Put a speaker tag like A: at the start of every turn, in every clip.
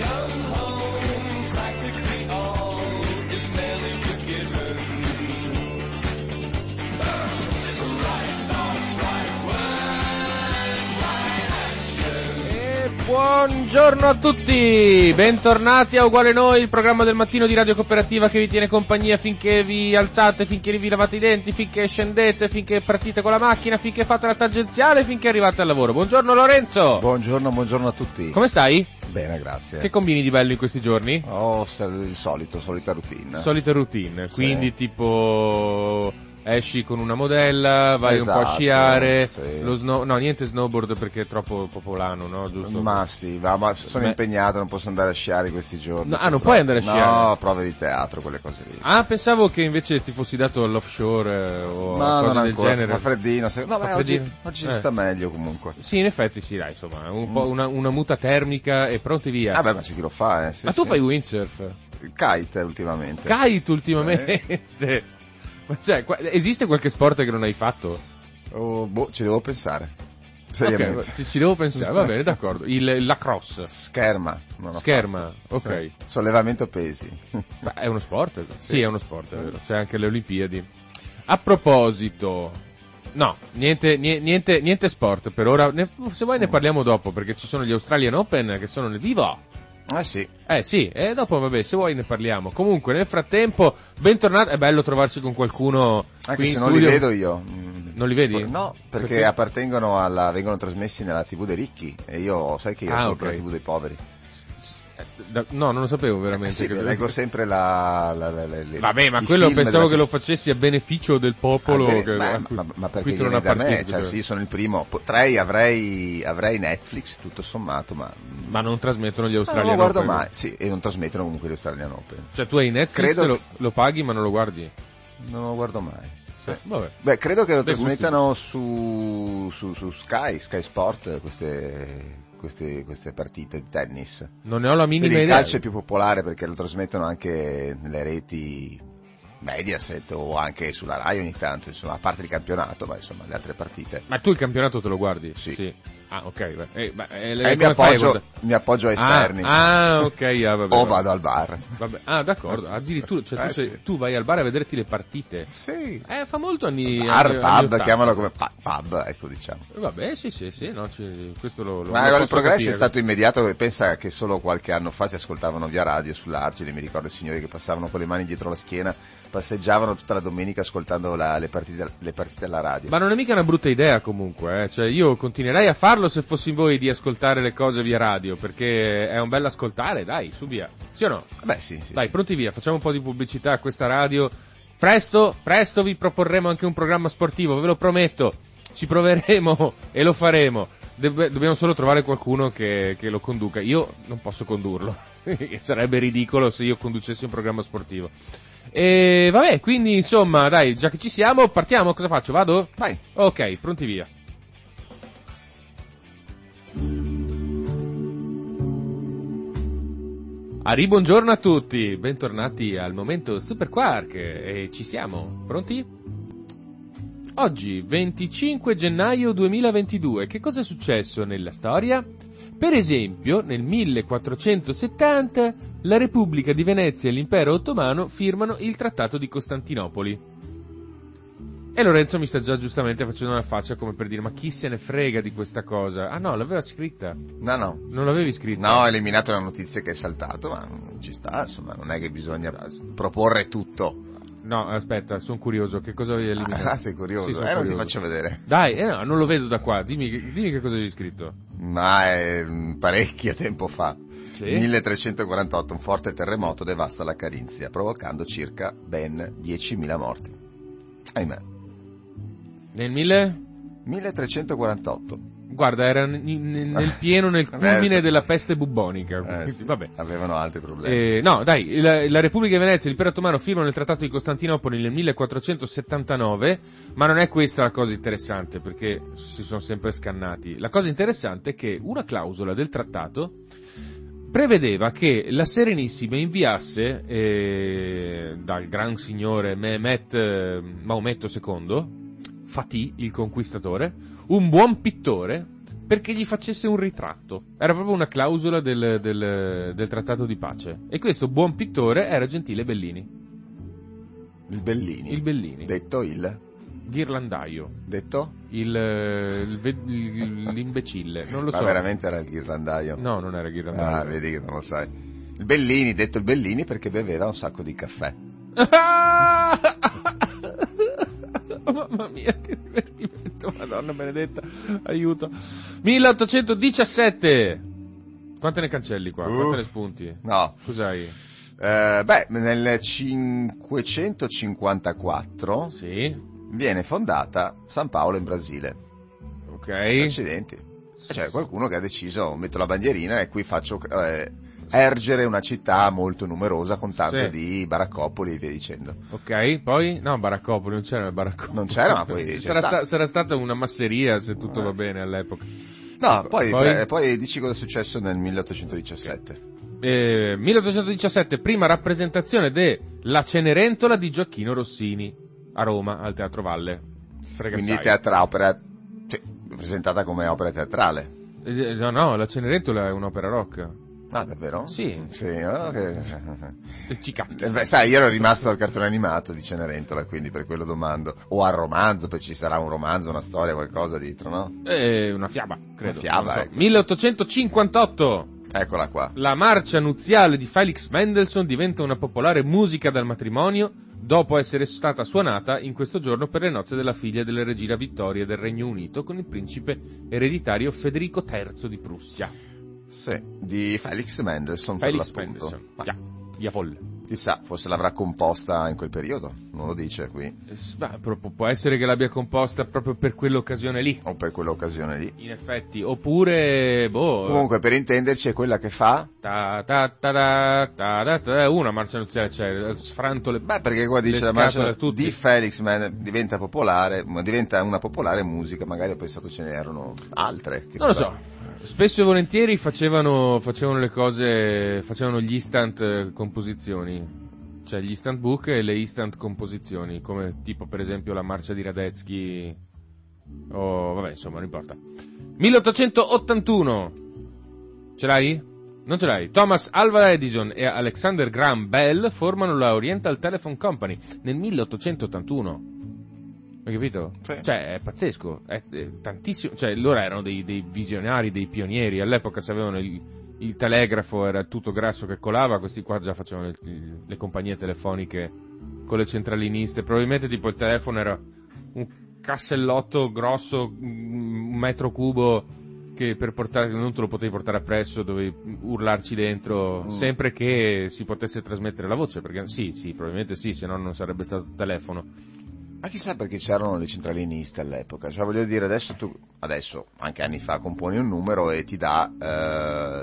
A: Come home, practically all is fairly forgiven.
B: E buongiorno a tutti, bentornati a Uguale Noi, il programma del mattino di Radio Cooperativa che vi tiene compagnia finché vi alzate, finché vi lavate i denti, finché scendete, finché partite con la macchina, finché fate la tangenziale, finché arrivate al lavoro. Buongiorno Lorenzo!
C: Buongiorno, Eh. buongiorno a tutti.
B: Come stai?
C: Bene, grazie.
B: Che combini di bello in questi giorni?
C: Oh, sa- il solito, solita routine.
B: Solita routine,
C: Sì.
B: quindi tipo esci con una modella, vai un po' a
C: Esatto,
B: sciare,
C: sì.
B: lo snow- no niente snowboard perché è troppo popolano, no? Giusto?
C: ma sì, va, ma sono
B: Beh.
C: impegnato, non posso andare a sciare questi giorni.
B: No, ah, non
C: purtroppo.
B: puoi andare a sciare?
C: No, prove di teatro, quelle cose lì.
B: Ah, pensavo che invece ti fossi dato all'offshore eh, o
C: no,
B: cose
C: non
B: del
C: ancora.
B: genere.
C: Fa freddino. se-
B: Fa
C: No, beh, oggi,
B: freddino.
C: oggi
B: Eh.
C: si sta meglio comunque.
B: Sì, in effetti sì, dai, insomma, un po' una, una muta termica e pronti via.
C: Mm. Ah, beh, ma c'è chi lo fa, eh. sì,
B: Ma tu
C: sì.
B: fai windsurf?
C: Il kite ultimamente.
B: Kite ultimamente?
C: Eh.
B: Ma cioè, qua- esiste qualche sport che non hai fatto?
C: Oh, boh, ci devo pensare.
B: Ok,
C: Seriamente.
B: ma ci, ci devo pensare, va bene, d'accordo. Il lacrosse,
C: Scherma. non ho
B: scherma,
C: fatto.
B: ok.
C: Sì. Sollevamento pesi.
B: Ma è uno sport? eh. Sì,
C: Sì.
B: è uno sport, è vero. C'è anche le Olimpiadi. A proposito, no, niente, nie- niente, niente sport per ora. Ne- se vuoi ne
C: Mm.
B: parliamo dopo perché ci sono gli Australian Open che sono nel vivo.
C: ah, sì.
B: Eh sì, e dopo vabbè, se vuoi ne parliamo. Comunque, nel frattempo, bentornato. È bello trovarsi con qualcuno.
C: Anche
B: qui
C: se
B: in
C: non
B: studio.
C: li vedo io. Mm.
B: Non li vedi?
C: No, perché,
B: Perché?
C: appartengono alla. vengono trasmessi nella TV dei ricchi e io sai che io
B: Ah,
C: sono
B: ok.
C: per la TV dei poveri. Eh
B: Da- no, non lo sapevo veramente.
C: Sì,
B: che-
C: leggo sempre la. la, la, la- le-
B: Vabbè, ma
C: i
B: quello
C: film
B: pensavo che
C: della-
B: lo facessi a beneficio del popolo.
C: Ah, bene,
B: che-
C: ma,
B: a cui-
C: ma- ma perché
B: cui tu
C: viene
B: non
C: da me?
B: appartieni,
C: Cioè,
B: cioè.
C: sì, sono il primo. Potrei, avrei, avrei Netflix, tutto sommato, ma.
B: Ma non trasmettono gli
C: Ah, non
B: australiani.
C: lo guardo mai. Sì, e non trasmettono comunque gli Australian Open.
B: Cioè, tu hai Netflix,
C: Credo-
B: lo, lo paghi ma non lo guardi.
C: Non lo guardo mai. Sì.
B: Eh, vabbè.
C: Beh, credo che lo
B: Dai,
C: trasmettano su, su, su Sky, Sky Sport, queste, queste, queste partite di tennis.
B: Non ne ho la minima
C: Quindi il
B: idea.
C: calcio è più popolare perché lo trasmettono anche nelle reti Mediaset o anche sulla Rai ogni tanto, insomma, a parte il campionato, ma insomma le altre partite.
B: Ma tu il campionato te lo guardi?
C: Sì.
B: Ah, ok. beh, eh, beh, eh,
C: E mi
B: come fai a
C: appoggio,
B: guardare?
C: mi appoggio a esterni
B: Ah, ah, ok, ah, vabbè.
C: o
B: vabbè.
C: vado al bar.
B: Vabbè, Ah, d'accordo. Addirittura, cioè, tu,
C: Eh,
B: sei-
C: sì.
B: tu vai al bar a vederti le partite.
C: Sì.
B: Eh, fa molto anni... anni-
C: Bar,
B: anni
C: pub,
B: 80.
C: chiamalo come pa- pub, ecco diciamo.
B: Eh, Vabbè, sì, sì, sì, no, ci- questo lo, lo
C: Ma
B: lo
C: il
B: posso
C: progresso
B: capire.
C: è stato immediato perché pensa che solo qualche anno fa si ascoltavano via radio sull'argine, mi ricordo i signori che passavano con le mani dietro la schiena, passeggiavano tutta la domenica ascoltando la- le, partite, le partite alla radio.
B: Ma non è mica una brutta idea comunque, eh. cioè io continuerei a farlo se fossi in voi di ascoltare le cose via radio, perché è un bel ascoltare, dai, su via. Sì o no?
C: Beh sì, sì.
B: Dai, pronti via, facciamo un po' di pubblicità a questa radio. Presto, presto vi proporremo anche un programma sportivo, ve lo prometto. Ci proveremo e lo faremo. Deb- dobbiamo solo trovare qualcuno che, che lo conduca. Io non posso condurlo. Sarebbe ridicolo se io conducessi un programma sportivo. E vabbè, quindi insomma, dai, già che ci siamo, partiamo. Cosa faccio? Vado?
C: Vai.
B: Ok, pronti via. Ari, buongiorno a tutti, bentornati al momento Super Quark e ci siamo, pronti? Oggi, 25 gennaio 2022, che cosa è successo nella storia? Per esempio, nel 1470 la Repubblica di Venezia e l'impero ottomano firmano il Trattato di Costantinopoli. E Lorenzo mi sta già giustamente facendo una faccia come per dire ma chi se ne frega di questa cosa? Ah no, l'aveva scritta,
C: No, no.
B: non l'avevi scritta.
C: No, ho eliminato la notizia che è saltato, ma mm, ci sta, insomma, non è che bisogna proporre tutto.
B: No, aspetta, sono curioso, che cosa avevi eliminato?
C: Ah, sei curioso,
B: Sì, sono
C: eh, non ti
B: curioso.
C: faccio vedere.
B: Dai, eh no, non lo vedo da qua, dimmi, che- dimmi che cosa avevi scritto.
C: Ma è mm, parecchio tempo fa.
B: Sì.
C: 1348 un forte terremoto devasta la Carinzia, provocando circa ben 10.000 morti. Ahimè.
B: Nel 1000?
C: 1348.
B: Guarda, era n- n- nel pieno, nel
C: Vabbè,
B: culmine
C: se-
B: della peste bubbonica.
C: Eh,
B: quindi,
C: sì,
B: vabbè.
C: Avevano altri problemi.
B: Eh, no, dai, la, la Repubblica di Venezia e l'Impero Ottomano firmano il Trattato di Costantinopoli nel 1479, ma non è questa la cosa interessante, perché si sono sempre scannati. La cosa interessante è che una clausola del trattato prevedeva che la Serenissima inviasse eh, dal gran signore Mehmet eh, Maometto II, Fatih il conquistatore, un buon pittore perché gli facesse un ritratto. Era proprio una clausola del, del- del trattato di pace. E questo buon pittore era Gentile Bellini,
C: il Bellini.
B: il Bellini,
C: Detto il.
B: ghirlandaio,
C: Detto?
B: il, eh, il ve- il- l'imbecille, non lo
C: Ma
B: so.
C: veramente era il ghirlandaio.
B: No, non era ghirlandaio.
C: Ah, vedi che non lo sai. Il Bellini, detto il Bellini perché beveva un sacco di caffè.
B: Mamma mia, che divertimento, madonna benedetta, aiuto. 1817! Quante ne cancelli qua? Quante
C: Uh.
B: ne spunti?
C: No.
B: Cos'hai?
C: Eh, beh, nel 554
B: Sì,
C: viene fondata San Paolo in Brasile. Eh,
B: ok.
C: Accidenti. C'è qualcuno che ha deciso, metto la bandierina e qui faccio eh, ergere una città molto numerosa con tanto
B: Sì.
C: di baraccopoli e via dicendo.
B: Ok, poi? No, Baraccopoli, non c'era il Baraccopoli.
C: Non c'era, ma poi c'è Eh.
B: sarà,
C: stato.
B: sarà stata una masseria se tutto va bene all'epoca.
C: No, poi,
B: Poi?
C: eh, poi dici cosa è successo nel 1817.
B: Eh, 1817, prima rappresentazione de La Cenerentola di Gioacchino Rossini a Roma, al Teatro Valle. Frega
C: Quindi
B: assai.
C: teatra opera, cioè, presentata come opera teatrale.
B: Eh, No, no, La Cenerentola è un'opera rock.
C: Ah, davvero?
B: Sì.
C: oh, che-
B: Eh, Ci cazzo.
C: Eh, beh, sai, io ero rimasto al cartone animato di Cenerentola, quindi per quello domando. O al romanzo, poi ci sarà un romanzo, una storia, qualcosa dietro, no?
B: Eh, una fiaba, credo.
C: Una
B: non
C: fiaba,
B: so.
C: ecco.
B: 1858.
C: Eccola qua.
B: La marcia nuziale di Felix Mendelssohn diventa una popolare musica dal matrimonio dopo essere stata suonata in questo giorno per le nozze della figlia della regina Vittoria del Regno Unito con il principe ereditario Federico III di Prussia.
C: Sì, di Felix Mendelssohn
B: Felix
C: per l'appunto.
B: Mendelssohn.
C: Ma
B: Già, Iafolle.
C: chissà, forse l'avrà composta in quel periodo, non lo dice qui,
B: Eh, s- ma pro- può essere che l'abbia composta proprio per quell'occasione lì,
C: o per quell'occasione lì.
B: in effetti. Oppure, boh...
C: Comunque, per intenderci, è quella che fa...
B: Ta ta ta da, ta da, ta da, una marcia nuziale, cioè, sfranto le...
C: Beh, perché qua dice
B: Le
C: la
B: scatole
C: marcia
B: a tutti.
C: di Felix Mendelssohn diventa popolare, ma diventa una popolare musica, magari ho pensato ce n'erano altre. che
B: Non lo
C: cosa-
B: so. Spesso e volentieri facevano, facevano le cose, facevano gli instant eh, composizioni. Cioè gli instant book e le instant composizioni, come tipo per esempio la marcia di Radetzky o vabbè, insomma, non importa. 1881. Ce l'hai? Non ce l'hai. Thomas Alva Edison e Alexander Graham Bell formano la Oriental Telephone Company nel 1881. Hai capito?
C: Sì.
B: Cioè, è pazzesco, è, è tantissimo, cioè loro erano dei, dei visionari, dei pionieri, all'epoca sapevano il, il telegrafo era tutto grasso che colava, questi qua già facevano il- il- le compagnie telefoniche con le centraliniste, probabilmente tipo il telefono era un cassellotto grosso, mm, un metro cubo, che per portare, non te lo potevi portare appresso, dovevi urlarci dentro,
C: Mm.
B: sempre che si potesse trasmettere la voce, perché sì, sì, probabilmente sì, se no non sarebbe stato telefono.
C: Ma chissà perché c'erano le centraliniste all'epoca, cioè voglio dire adesso tu, adesso anche anni fa componi un numero e ti dà,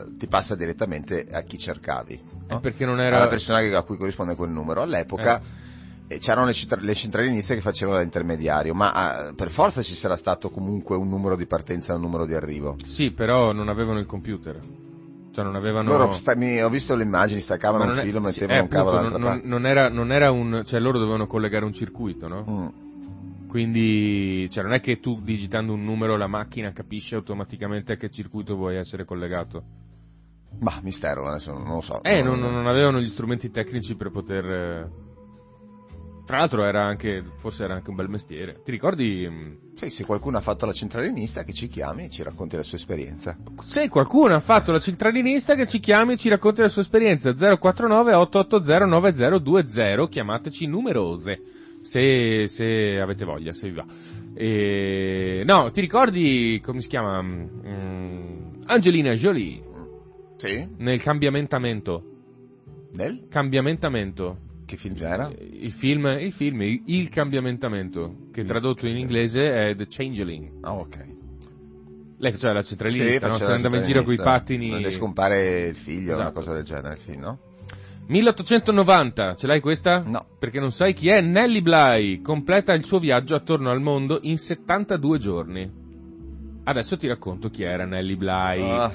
C: eh, ti passa direttamente a chi cercavi,
B: È
C: no?
B: perché non
C: Ah. alla
B: era...
C: persona che- a cui corrisponde quel numero. All'epoca eh, c'erano le, centra- le centraliniste che facevano da intermediario, ma ah, per forza ci sarà stato comunque un numero di partenza e un numero di arrivo.
B: Sì, però non avevano il computer. Cioè non avevano...
C: Loro sta- mi- ho visto le immagini,
B: Ma
C: staccavano
B: non
C: un
B: è-
C: filo,
B: sì,
C: mettevano
B: eh,
C: un cavo
B: appunto,
C: dall'altra
B: non,
C: parte.
B: non era, non era un... Cioè loro dovevano collegare un circuito, no?
C: Mm.
B: Quindi, cioè non è che tu digitando un numero la macchina capisce automaticamente a che circuito vuoi essere collegato.
C: Ma mistero, adesso non lo so.
B: Eh, non, non- non avevano gli strumenti tecnici per poter. eh, Tra l'altro era anche. forse era anche un bel mestiere. Ti ricordi? mm, mh,
C: Sì, se qualcuno ha fatto la centralinista che ci chiami e ci racconti la sua esperienza.
B: Se qualcuno ha fatto la centralinista che ci chiami e ci racconti la sua esperienza 049 880 9020, chiamateci numerose. Se, se avete voglia, se vi va. E, no, ti ricordi come si chiama? Mm, Angelina Jolie
C: Sì?
B: nel cambiamentamento.
C: Nel?
B: Cambiamentamento.
C: Che film era?
B: Il film, il film Il
C: Mm.
B: il cambiamentamento, che tradotto in inglese è The Changeling.
C: Ah, ok.
B: Lei cioè la centralista,
C: Sì,
B: no?
C: faceva
B: se
C: la
B: ne andava in giro con i
C: centralista.
B: pattini.
C: Non le scompare il figlio,
B: Esatto.
C: una cosa del genere, il film, no?
B: 1890, ce l'hai questa?
C: No.
B: Perché non sai chi è Nelly Bly, completa il suo viaggio attorno al mondo in 72 giorni. Adesso ti racconto chi era Nelly Bly.
C: Ah,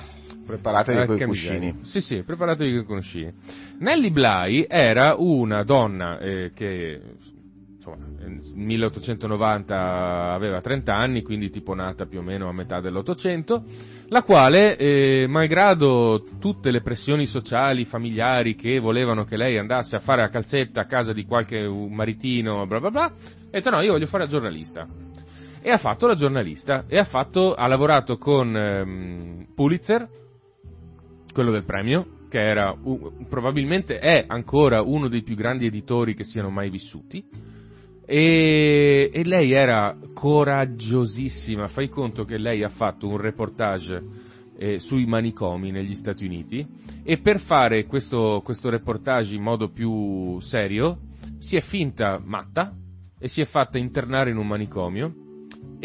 C: preparatevi
B: Eh,
C: con
B: che
C: i cuscini.
B: miseria. Sì, sì, preparatevi con i cuscini. Nelly Bly era una donna eh, che insomma, nel 1890 aveva 30 anni, quindi tipo nata più o meno a metà dell'Ottocento, la quale, eh, malgrado tutte le pressioni sociali, familiari che volevano che lei andasse a fare la calzetta a casa di qualche maritino, bla bla bla, ha detto no, io voglio fare la giornalista e ha fatto la giornalista e ha, fatto, ha lavorato con ehm, Pulitzer, quello del premio, che era u- probabilmente è ancora uno dei più grandi editori che siano mai vissuti. E, e lei era coraggiosissima. Fai conto che lei ha fatto un reportage eh, sui manicomi negli Stati Uniti e per fare questo, questo reportage in modo più serio si è finta matta e si è fatta internare in un manicomio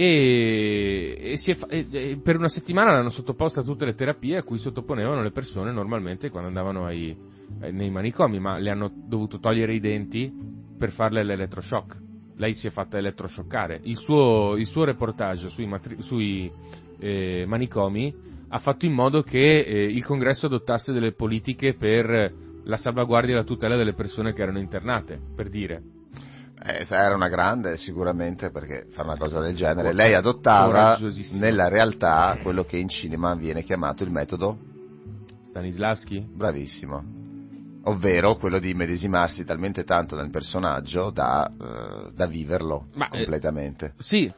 B: e, e si è fa- e- e per una settimana l'hanno sottoposta a tutte le terapie a cui sottoponevano le persone normalmente quando andavano ai- ai- nei manicomi, ma le hanno dovuto togliere i denti per farle l'elettroshock. Lei si è fatta elettroshockare. Il suo, il suo reportage sui, matri- sui, eh, manicomi ha fatto in modo che eh, il congresso adottasse delle politiche per la salvaguardia e la tutela delle persone che erano internate, per dire.
C: Eh, sa, era una grande sicuramente perché fare una cosa del genere. Lei adottava
B: Coraggiosissima.
C: nella
B: Eh.
C: realtà quello che in cinema viene chiamato il metodo
B: Stanislavski?
C: bravissimo. Ovvero quello di medesimarsi talmente tanto nel personaggio da, eh, da viverlo
B: Ma, eh,
C: completamente.
B: Sì,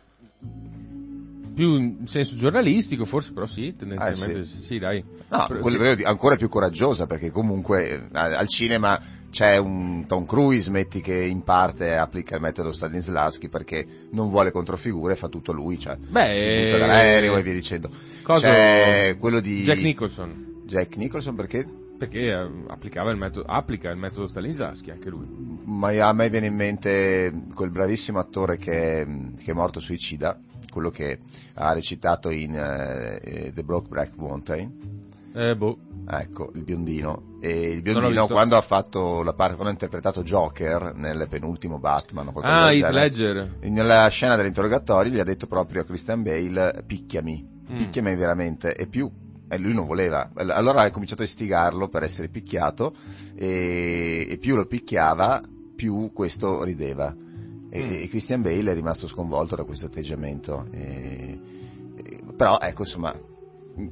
B: più in senso giornalistico, forse, però sì, tendenzialmente
C: Ah,
B: sì. dai.
C: No,
B: Però-
C: quello che io dico, ancora più coraggiosa perché comunque eh, al cinema c'è un Tom Cruise, metti che in parte applica il metodo Stanislavski perché non vuole controfigure, fa tutto lui, cioè
B: Beh,
C: si butta dall'aereo e via dicendo.
B: Cosa-
C: C'è quello di
B: Jack Nicholson,
C: Jack Nicholson perché
B: perché eh, applicava il metodo, applica il metodo Stanislavski anche lui.
C: ma a me viene in mente quel bravissimo attore che, che è morto suicida, quello che ha recitato in eh, eh, The Brokeback Mountain.
B: Eh, boh.
C: Ecco, il biondino. E il
B: Non l'ho
C: biondino
B: visto.
C: quando ha fatto la parte, quando ha interpretato Joker nel penultimo Batman o qualcosa
B: Ah,
C: del
B: Heath
C: genere,
B: Ledger.
C: Nella scena dell'interrogatorio gli ha detto proprio a Christian Bale, picchiami,
B: Mm.
C: picchiami veramente, e più, e lui non voleva. All- Allora ha cominciato a istigarlo per essere picchiato, e, e più lo picchiava, più questo rideva. E,
B: Mm.
C: e Christian Bale è rimasto sconvolto da questo atteggiamento. E- e- però, ecco, insomma,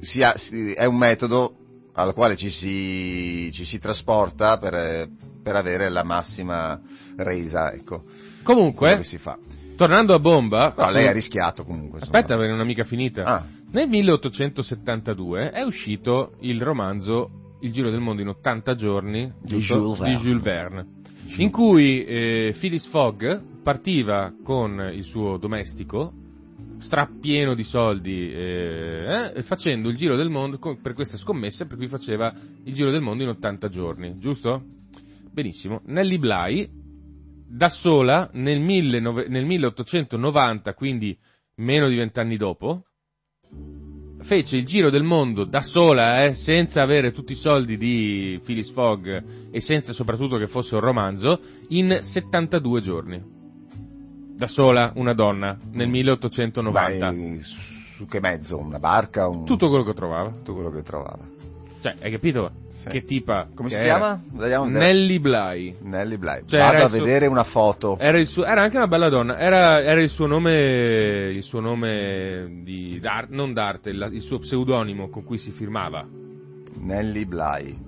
C: si ha- si- è un metodo al quale ci si, ci si trasporta per, eh, per avere la massima resa, ecco, quello
B: Comunque,
C: che si fa.
B: tornando a bomba.
C: Però lei
B: su-
C: ha rischiato comunque. insomma.
B: Aspetta, perché non è mica finita.
C: Ah,
B: Nel 1872 è uscito il romanzo Il giro del mondo in 80 giorni
C: Di
B: giusto?
C: Jules Verne.
B: di Jules Verne, in cui eh, Phyllis Fogg partiva con il suo domestico strappieno di soldi eh, eh, facendo il giro del mondo co- per queste scommesse per cui faceva il giro del mondo in 80 giorni, giusto? Benissimo. Nelly Bly da sola nel, 19 nel 1890, quindi meno di vent'anni dopo, fece il giro del mondo da sola, eh, senza avere tutti i soldi di Phyllis Fogg e senza soprattutto che fosse un romanzo, in 72 giorni. Da sola una donna nel 1890.
C: vai su che mezzo? Una barca? Un...
B: Tutto quello che trovava.
C: tutto quello che trovava.
B: Cioè, hai capito?
C: Sì.
B: Che tipa.
C: Come
B: che
C: si
B: era?
C: chiama? Vediamo un-
B: Nelly Bly.
C: Nelly Bly.
B: Cioè, Eh. era
C: Vado a
B: il suo-
C: vedere una foto.
B: Era, il suo- era anche una bella donna, era, era il suo nome, il suo nome di, d'ar- non d'arte, il, il suo pseudonimo con cui si firmava.
C: Nelly Bly.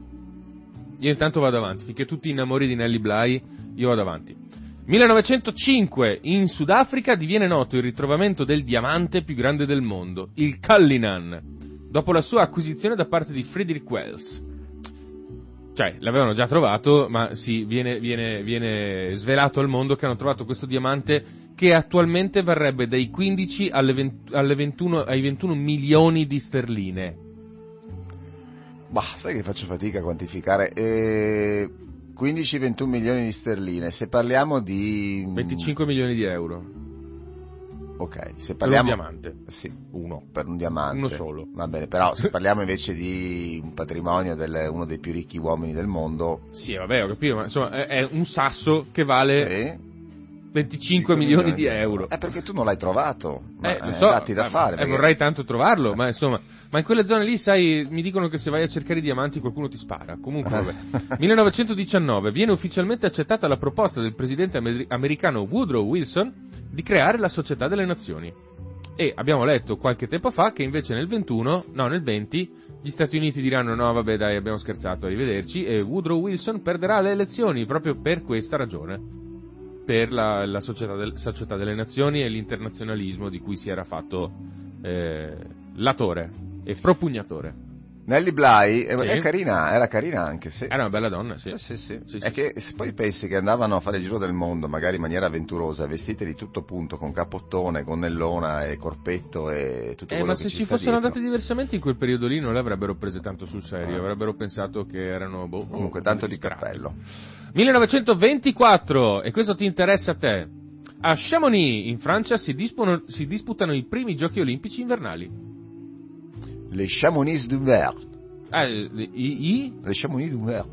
B: Io intanto vado avanti, finché tu ti innamori di Nelly Bly, io vado avanti. 1905, in Sudafrica diviene noto il ritrovamento del diamante più grande del mondo, il Cullinan, dopo la sua acquisizione da parte di Frederick Wells. Cioè, l'avevano già trovato, ma sì, viene, viene, viene svelato al mondo che hanno trovato questo diamante che attualmente varrebbe dai 15 alle 20 alle 21 ai 21 milioni di sterline.
C: Bah, sai che faccio fatica a quantificare. Eh, 15-21 milioni di sterline. Se parliamo di...
B: 25 milioni di euro.
C: mm, Ok, se
B: Per un
C: parliamo...
B: diamante.
C: Sì,
B: Uno.
C: per un diamante.
B: Uno solo.
C: Va bene, però se parliamo invece di un patrimonio di uno dei più ricchi uomini del mondo...
B: Sì, vabbè, ho capito, ma insomma, è, è un sasso che vale
C: sì,
B: 25 milioni di euro.
C: Eh, perché tu non l'hai trovato. Ma,
B: Eh, lo
C: eh,
B: so,
C: datti da
B: ma-
C: fare.
B: eh,
C: perché-
B: vorrei tanto trovarlo, ma insomma, ma in quelle zone lì, sai, mi dicono che se vai a cercare i diamanti qualcuno ti spara. Comunque, vabbè. 1919 viene ufficialmente accettata la proposta del presidente amer- americano Woodrow Wilson di creare la Società delle Nazioni. E abbiamo letto qualche tempo fa che invece nel 21, no, nel 20, gli Stati Uniti diranno no, vabbè, dai, abbiamo scherzato, arrivederci, e Woodrow Wilson perderà le elezioni proprio per questa ragione. Per la, la società, del- Società delle Nazioni e l'internazionalismo di cui si era fatto eh, latore e propugnatore.
C: Nelly Bly eh,
B: Sì.
C: è carina, era carina anche, sì.
B: Era una Eh bella donna, sì.
C: Sì, sì, sì.
B: Sì, sì.
C: è che se poi pensi che andavano a fare il giro del mondo, magari in maniera avventurosa, vestite di tutto punto, con capottone, gonnellona e corpetto e tutto
B: Eh,
C: quello
B: ma
C: che
B: se ci
C: sta
B: fossero
C: dietro.
B: andate diversamente in quel periodo lì non l'avrebbero prese tanto sul serio,
C: Ah.
B: avrebbero pensato che erano... Boh,
C: Comunque,
B: oh,
C: tanto di
B: disperati.
C: cappello.
B: 1924, e questo ti interessa a te. A Chamonix, in Francia, si, dispono- si disputano i primi giochi olimpici invernali.
C: Le Chamonix du Vert.
B: Eh, i- i-
C: Le Chamonix du Vert.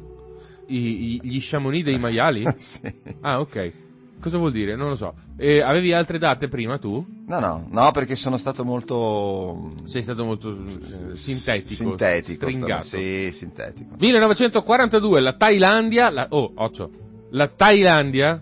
B: i- i- gli Chamonix dei maiali?
C: sì.
B: Ah, ok. Cosa vuol dire? Non lo so. E avevi altre date prima tu?
C: No, no, no, perché sono stato molto...
B: Sei stato molto eh, sintetico.
C: Sintetico.
B: Stringato.
C: stavo- Sì, sintetico.
B: 1942 la Thailandia, la, oh, occio, la Thailandia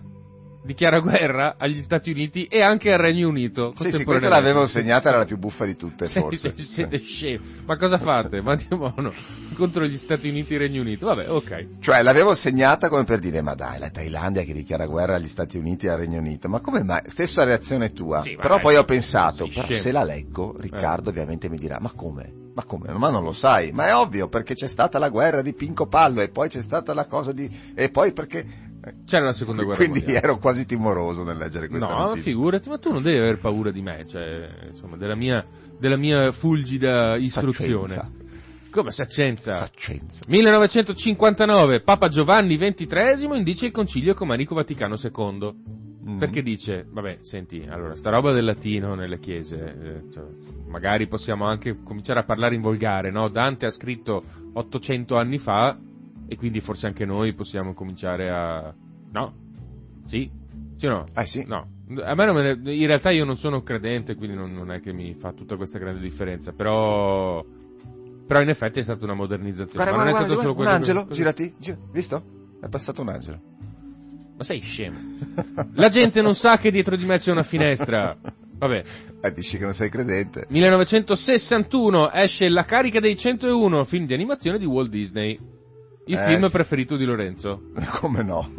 B: dichiara guerra agli Stati Uniti e anche al Regno Unito.
C: Sì, sì, questa
B: contemporaneamente.
C: l'avevo segnata, era la più buffa di tutte,
B: Siete,
C: forse.
B: siete
C: Sì.
B: scemi. Ma cosa fate? Ma di buono contro gli Stati Uniti e il Regno Unito. Vabbè, ok.
C: Cioè, l'avevo segnata come per dire, ma dai, la Thailandia che dichiara guerra agli Stati Uniti e al Regno Unito, ma come mai? Stessa reazione tua.
B: Sì, ma
C: però
B: dai,
C: poi
B: sei
C: ho pensato,
B: scemo.
C: però se la
B: Eh.
C: leggo, Riccardo ovviamente mi dirà, ma come? Ma come? Ma non lo sai, ma è ovvio, perché c'è stata la guerra di Pinco Pallo e poi c'è stata la cosa di... e poi perché...
B: C'era la seconda guerra
C: Quindi
B: mondiale.
C: ero quasi timoroso nel leggere questa
B: No,
C: notizia.
B: figurati, ma tu non devi aver paura di me, cioè, insomma, della mia, della mia fulgida istruzione.
C: Saccenza.
B: Come saccenza?
C: Saccenza.
B: 1959, Papa Giovanni XXIII indice il concilio Comarico Vaticano II.
C: Mm.
B: Perché dice, vabbè, senti, allora, sta roba del latino nelle chiese, eh, cioè, magari possiamo anche cominciare a parlare in volgare, no? Dante ha scritto 800 anni fa e quindi forse anche noi possiamo cominciare a... No? Sì? Sì o no?
C: Ah sì?
B: No, a me non me ne- in realtà io non sono credente, quindi non, non è che mi fa tutta questa grande differenza, però... Però in effetti è stata una modernizzazione.
C: Guarda,
B: ma non
C: guarda, guarda,
B: è stato solo
C: guarda, un
B: quello che-
C: angelo,
B: cosa-
C: girati, gira- visto? È passato un angelo.
B: Ma sei scemo. La gente non sa che dietro di me c'è una finestra. Vabbè.
C: Eh, dici che non sei credente.
B: 1961 esce La carica dei 101, film di animazione di Walt Disney. Il
C: Eh,
B: film
C: sì.
B: preferito di Lorenzo.
C: Come no?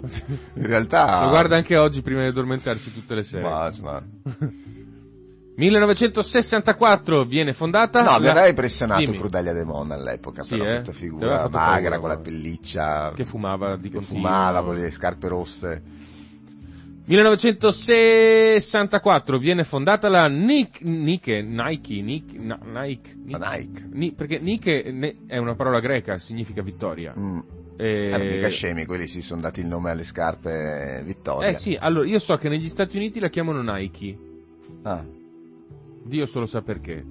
C: In realtà...
B: Lo guarda anche oggi prima di addormentarsi tutte le sere.
C: Ah. Ma, insomma,
B: 1964 viene fondata.
C: No, mi
B: la-
C: aveva impressionato
B: Dimmi,
C: Crudelia De Mon all'epoca,
B: Sì,
C: però
B: eh?
C: questa
B: Ti aveva
C: figura
B: fatto
C: magra,
B: paura,
C: con la
B: guarda.
C: pelliccia,
B: Che fumava di
C: che
B: continuo.
C: fumava con le scarpe rosse.
B: 1964 viene fondata la Nick, Nike, Nike, Nike, na- Nike,
C: La Nike.
B: Ni- perché Nike ne- è una parola greca, significa vittoria.
C: Mm.
B: E-
C: Eh, mica scemi, quelli si sono dati il nome alle scarpe Vittoria.
B: Eh sì, allora io so che negli Stati Uniti la chiamano Nike,
C: Ah,
B: Dio solo sa perché.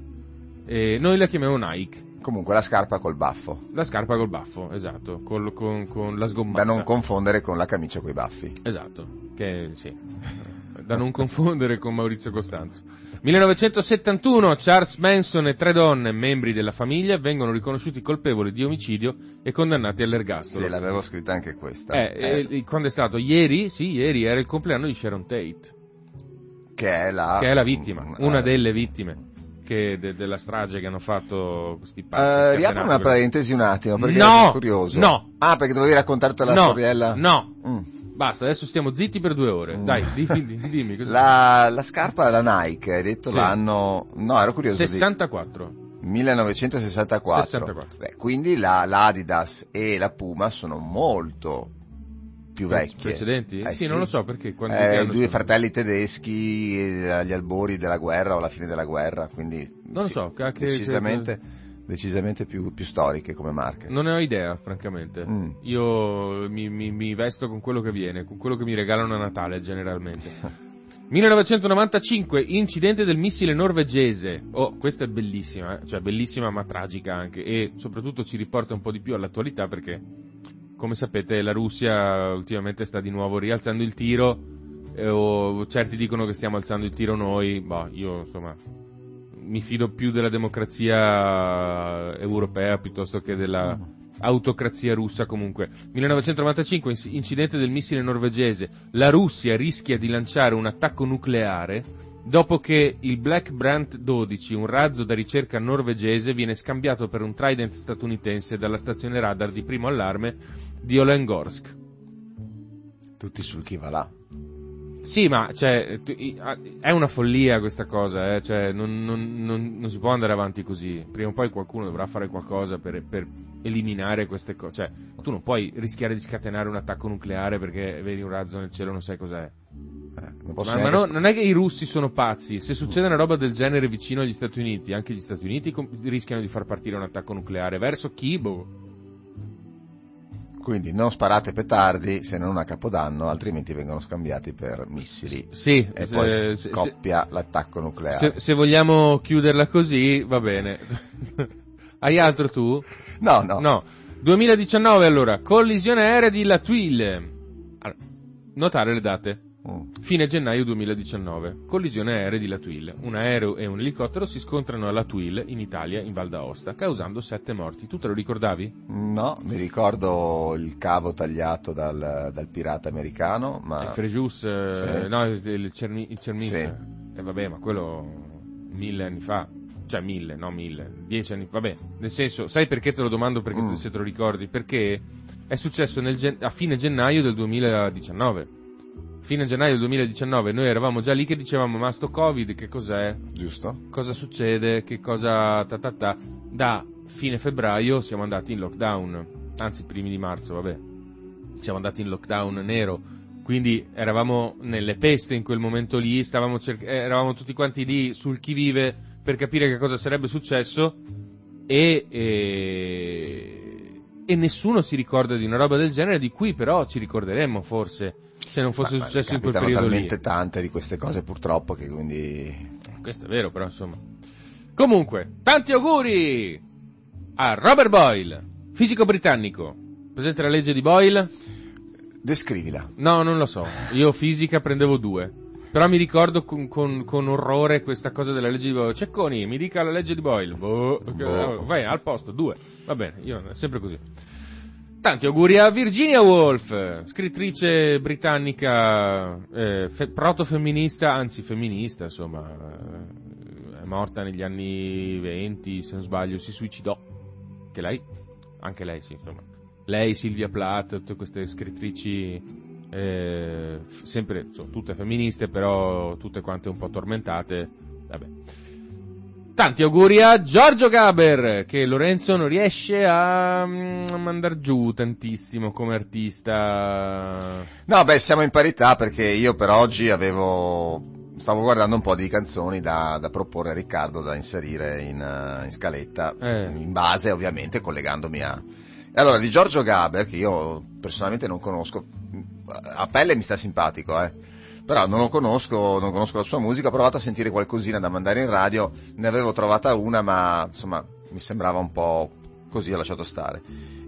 B: E noi la chiamiamo Nike,
C: Comunque la scarpa col baffo,
B: la scarpa col baffo, esatto, col- con, con la sgommata.
C: da non confondere con la camicia coi baffi.
B: Esatto, che sì. Da non confondere con Maurizio Costanzo. 1971 Charles Manson e tre donne, membri della famiglia, vengono riconosciuti colpevoli di omicidio e condannati
C: Sì,
B: all'ergastolo.
C: l'avevo scritta anche questa.
B: Eh, eh, quando è stato? Ieri? Sì, ieri era il compleanno di Sharon Tate,
C: che è la...
B: che è la vittima,
C: Mm,
B: una
C: eh.
B: delle vittime che- de- della strage che hanno fatto questi pazzi.
C: Eh, riapro una
B: scatenati.
C: parentesi un attimo, perché
B: No!
C: sono curioso.
B: No!
C: Ah, perché dovevi raccontarti la
B: No,
C: storiella?
B: no,
C: Mm.
B: basta, adesso stiamo zitti per due ore. Eh, Dai, dimmi, dimmi, dimmi, cosa-
C: La, la scarpa la Nike, hai detto
B: Sì.
C: l'anno... No, ero curioso. di-
B: 64.
C: 1964.
B: 64.
C: Beh, quindi la, l'Adidas e la Puma sono molto più vecchie.
B: precedenti?
C: Eh,
B: Sì, non lo so, perché quando-
C: Eh,
B: che anno
C: due
B: sono?
C: fratelli tedeschi eh, agli albori della guerra o alla fine della guerra, quindi...
B: Non lo so, che- che-
C: decisamente, decisamente più, più storiche come marche.
B: Non ne ho idea, francamente.
C: Mm.
B: Io mi, mi- mi vesto con quello che viene, con quello che mi regalano a Natale, generalmente. 1995, incidente del missile norvegese. Oh, questa è bellissima, eh. cioè bellissima ma tragica anche e soprattutto ci riporta un po' di più all'attualità perché, come sapete, la Russia ultimamente sta di nuovo rialzando il tiro eh, o certi dicono che stiamo alzando il tiro noi, boh, io insomma mi fido più della democrazia europea piuttosto che della autocrazia russa comunque. 1995, ins- incidente del missile norvegese. La Russia rischia di lanciare un attacco nucleare dopo che il Black Brant 12, un razzo da ricerca norvegese, viene scambiato per un Trident statunitense dalla stazione radar di primo allarme di Olengorsk.
C: Tutti sul chi va là. Eh,
B: Sì, ma cioè, tu- i- a- è una follia questa cosa, eh? cioè, non, non- non- non si può andare avanti così. Prima o poi qualcuno dovrà fare qualcosa per, per eliminare queste cose. Cioè, tu non puoi rischiare di scatenare un attacco nucleare perché vedi un razzo nel cielo e non sai cos'è.
C: Eh, non
B: Ma,
C: posso
B: ma
C: neanche
B: no- non è che i russi sono pazzi. Se succede una roba del genere vicino agli Stati Uniti, anche gli Stati Uniti com- rischiano di far partire un attacco nucleare. Verso chi? Boh.
C: Quindi non sparate petardi se non a Capodanno, altrimenti vengono scambiati per missili.
B: Sì,
C: E
B: se-
C: poi
B: se-
C: scoppia l'attacco nucleare.
B: Se, se vogliamo chiuderla così, va bene. Hai altro tu?
C: No, no,
B: No. 2019 allora, collisione aerea di La Tuile. Allora, notare le date.
C: Mm.
B: Fine gennaio 2019, collisione aerea di La Tuile. Un aereo e un elicottero si scontrano a La Tuile, in Italia, in Val d'Aosta, causando sette morti. Tu te lo ricordavi?
C: No, mi ricordo il cavo tagliato dal, dal pirata americano,
B: Il
C: ma
B: Frejus, eh,
C: Sì.
B: no, il, Cerni, il Cermis.
C: Sì.
B: Eh, vabbè, ma quello mille anni fa. Cioè mille, no mille, dieci anni fa. Vabbè, nel senso, sai perché te lo domando perché
C: Mm.
B: tu- se te lo ricordi? Perché è successo nel gen- a fine gennaio del 2019. Fine gennaio del 2019 noi eravamo già lì che dicevamo ma sto covid che cos'è?
C: giusto?
B: cosa succede, che cosa ta ta ta. Da fine febbraio siamo andati in lockdown, anzi primi di marzo, vabbè. Siamo andati in lockdown nero, quindi eravamo nelle peste in quel momento lì, stavamo cer- eh, eravamo tutti quanti lì sul chi vive per capire che cosa sarebbe successo e, e, e nessuno si ricorda di una roba del genere di cui però ci ricorderemmo forse se non fosse
C: Ma- ma
B: successo in quel
C: capitano
B: periodo lì.
C: talmente tante di queste cose purtroppo che quindi...
B: Questo è vero, però insomma. Comunque, tanti auguri a Robert Boyle, fisico britannico. Presente la legge di Boyle?
C: Descrivila.
B: No, non lo so. Io fisica prendevo due. Però mi ricordo con, con- con orrore questa cosa della legge di Boyle. Cecconi, mi dica la legge di Boyle. Boh.
C: Boh.
B: Vai al posto, due. Va bene, io sempre così. Tanti auguri a Virginia Woolf, scrittrice britannica, eh, fe- protofemminista, anzi femminista, insomma, eh, è morta negli anni 20, se non sbaglio, si suicidò. Che lei, anche lei, sì, insomma. Lei, Silvia Plath, tutte queste scrittrici, eh, f- sempre, insomma, tutte femministe, però tutte quante un po' tormentate, vabbè. Tanti auguri a Giorgio Gaber, che Lorenzo non riesce a, mm, a mandar giù tantissimo come artista.
C: No, beh, siamo in parità perché io per oggi avevo... Stavo guardando un po' di canzoni da, da proporre a Riccardo, da inserire in, eh, in scaletta,
B: Eh.
C: in base ovviamente collegandomi a... E Allora, di Giorgio Gaber, che io personalmente non conosco, a pelle mi sta simpatico, eh. Però non lo conosco, non conosco la sua musica, ho provato a sentire qualcosina da mandare in radio, ne avevo trovata una, ma insomma mi sembrava un po' così, ho lasciato stare.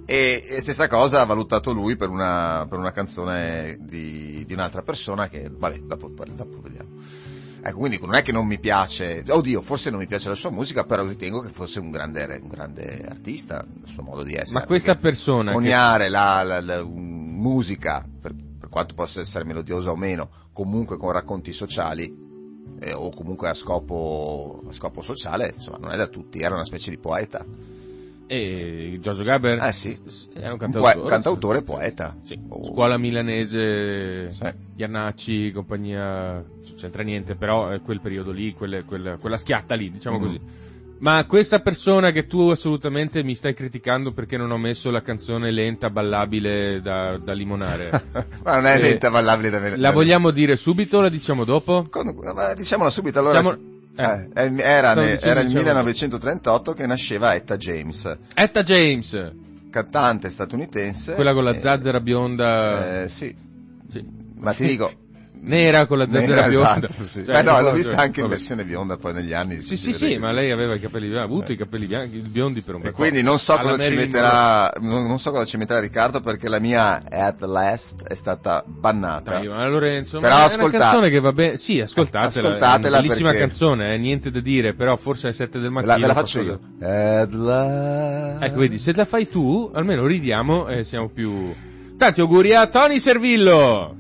C: E, e stessa cosa ha valutato lui per una, per una canzone di, di un'altra persona che, vabbè, dopo, par- dopo vediamo. Ecco, quindi non è che non mi piace, oddio, forse non mi piace la sua musica, però ritengo che fosse un grande, un grande artista, il suo modo di essere.
B: Ma questa
C: perché
B: persona che-
C: Coniare la, la- la- un- musica, per, per quanto possa essere melodiosa o meno, comunque con racconti sociali, eh, o comunque a scopo, a scopo sociale, insomma, non è da tutti, era una specie di poeta.
B: E Giorgio Gaber
C: Eh sì.
B: era un
C: Un
B: cantautore.
C: poe- cantautore e poeta.
B: Sì.
C: Oh.
B: Scuola milanese,
C: Sì.
B: Iannacci, compagnia, non c'entra niente, però è quel periodo lì, quelle- quella, quella schiatta lì, diciamo
C: Mm.
B: così. Ma questa persona che tu assolutamente mi stai criticando perché non ho messo la canzone lenta, ballabile da, da limonare,
C: Ma non è
B: Eh,
C: lenta ballabile da venerdì.
B: la vogliamo dire subito o la diciamo dopo?
C: diciamola subito, allora...
B: Siamo-
C: se-
B: eh.
C: eh, eh, era,
B: Stavo
C: ne-
B: dicendo,
C: era il
B: diciamo-
C: 1938 che nasceva Etta James,
B: Etta James,
C: cantante statunitense.
B: quella con la
C: Eh,
B: zazzera bionda.
C: eh, sì,
B: Sì.
C: ma ti dico,
B: nera con la zazzera
C: Eh,
B: bionda.
C: esatto, sì.
B: Cioè,
C: Beh, no, l'ho
B: proprio-
C: vista anche in
B: vabbè.
C: versione bionda poi negli anni.
B: Sì,
C: si
B: sì,
C: vede
B: sì,
C: che
B: ma
C: sì. Eh.
B: lei aveva i capelli bianchi, ha avuto i capelli bianchi, biondi per un bel
C: E
B: po'.
C: quindi non so
B: Alla
C: cosa ci
B: Marilyn
C: metterà, non non so cosa ci metterà Riccardo perché la mia At Last è stata bannata.
B: Dai, ma Lorenzo, ma
C: Però
B: è
C: ascolta-
B: una canzone che va bene. Sì, ascoltatela. è
C: Ascoltatela
B: una bellissima
C: perché-
B: canzone, eh, niente da dire, però forse alle 7 del
C: Ve
B: mattino.
C: la, ve la faccio io.
B: qualcosa-
C: At Last.
B: Ecco, vedi, se la fai tu, almeno ridiamo e siamo più. Tanti auguri a Tony Servillo!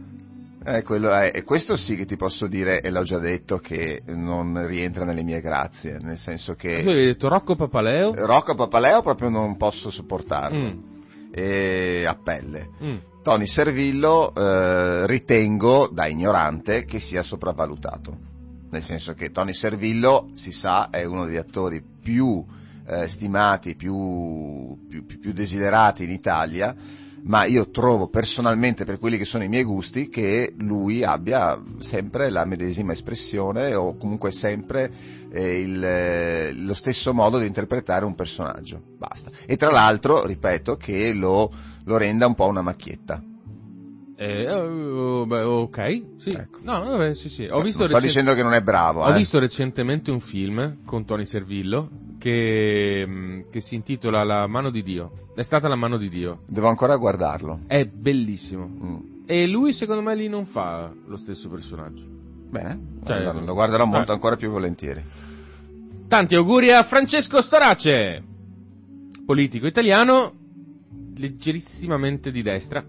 C: Eh, quello è, e questo sì che ti posso dire, e l'ho già detto, che non rientra nelle mie grazie, nel senso
B: Tu
C: che
B: hai detto Rocco Papaleo?
C: Rocco Papaleo proprio non posso sopportarlo,
B: Mm,
C: e a pelle.
B: mm.
C: Tony Servillo eh, ritengo, da ignorante, che sia sopravvalutato. Nel senso che Tony Servillo, si sa, è uno degli attori più eh, stimati, più, più- più- più desiderati in Italia, ma io trovo personalmente, per quelli che sono i miei gusti, che lui abbia sempre la medesima espressione o comunque sempre eh, il, eh, lo stesso modo di interpretare un personaggio. Basta. E tra l'altro, ripeto, che lo lo renda un po' una macchietta.
B: Eh, oh, beh, ok, sì.
C: Ecco.
B: No, vabbè, sì, sì. Ho
C: Non
B: visto
C: sto
B: recen-
C: dicendo che non è bravo,
B: Ho
C: eh.
B: visto recentemente un film con Tony Servillo che, mm, che si intitola La mano di Dio. È stata la mano di Dio.
C: Devo ancora guardarlo.
B: È bellissimo.
C: Mm.
B: E lui, secondo me, lì non fa lo stesso personaggio.
C: Bene,
B: Cioè,
C: allora lo guarderò molto
B: eh.
C: ancora più volentieri.
B: Tanti auguri a Francesco Storace, politico italiano, leggerissimamente di destra.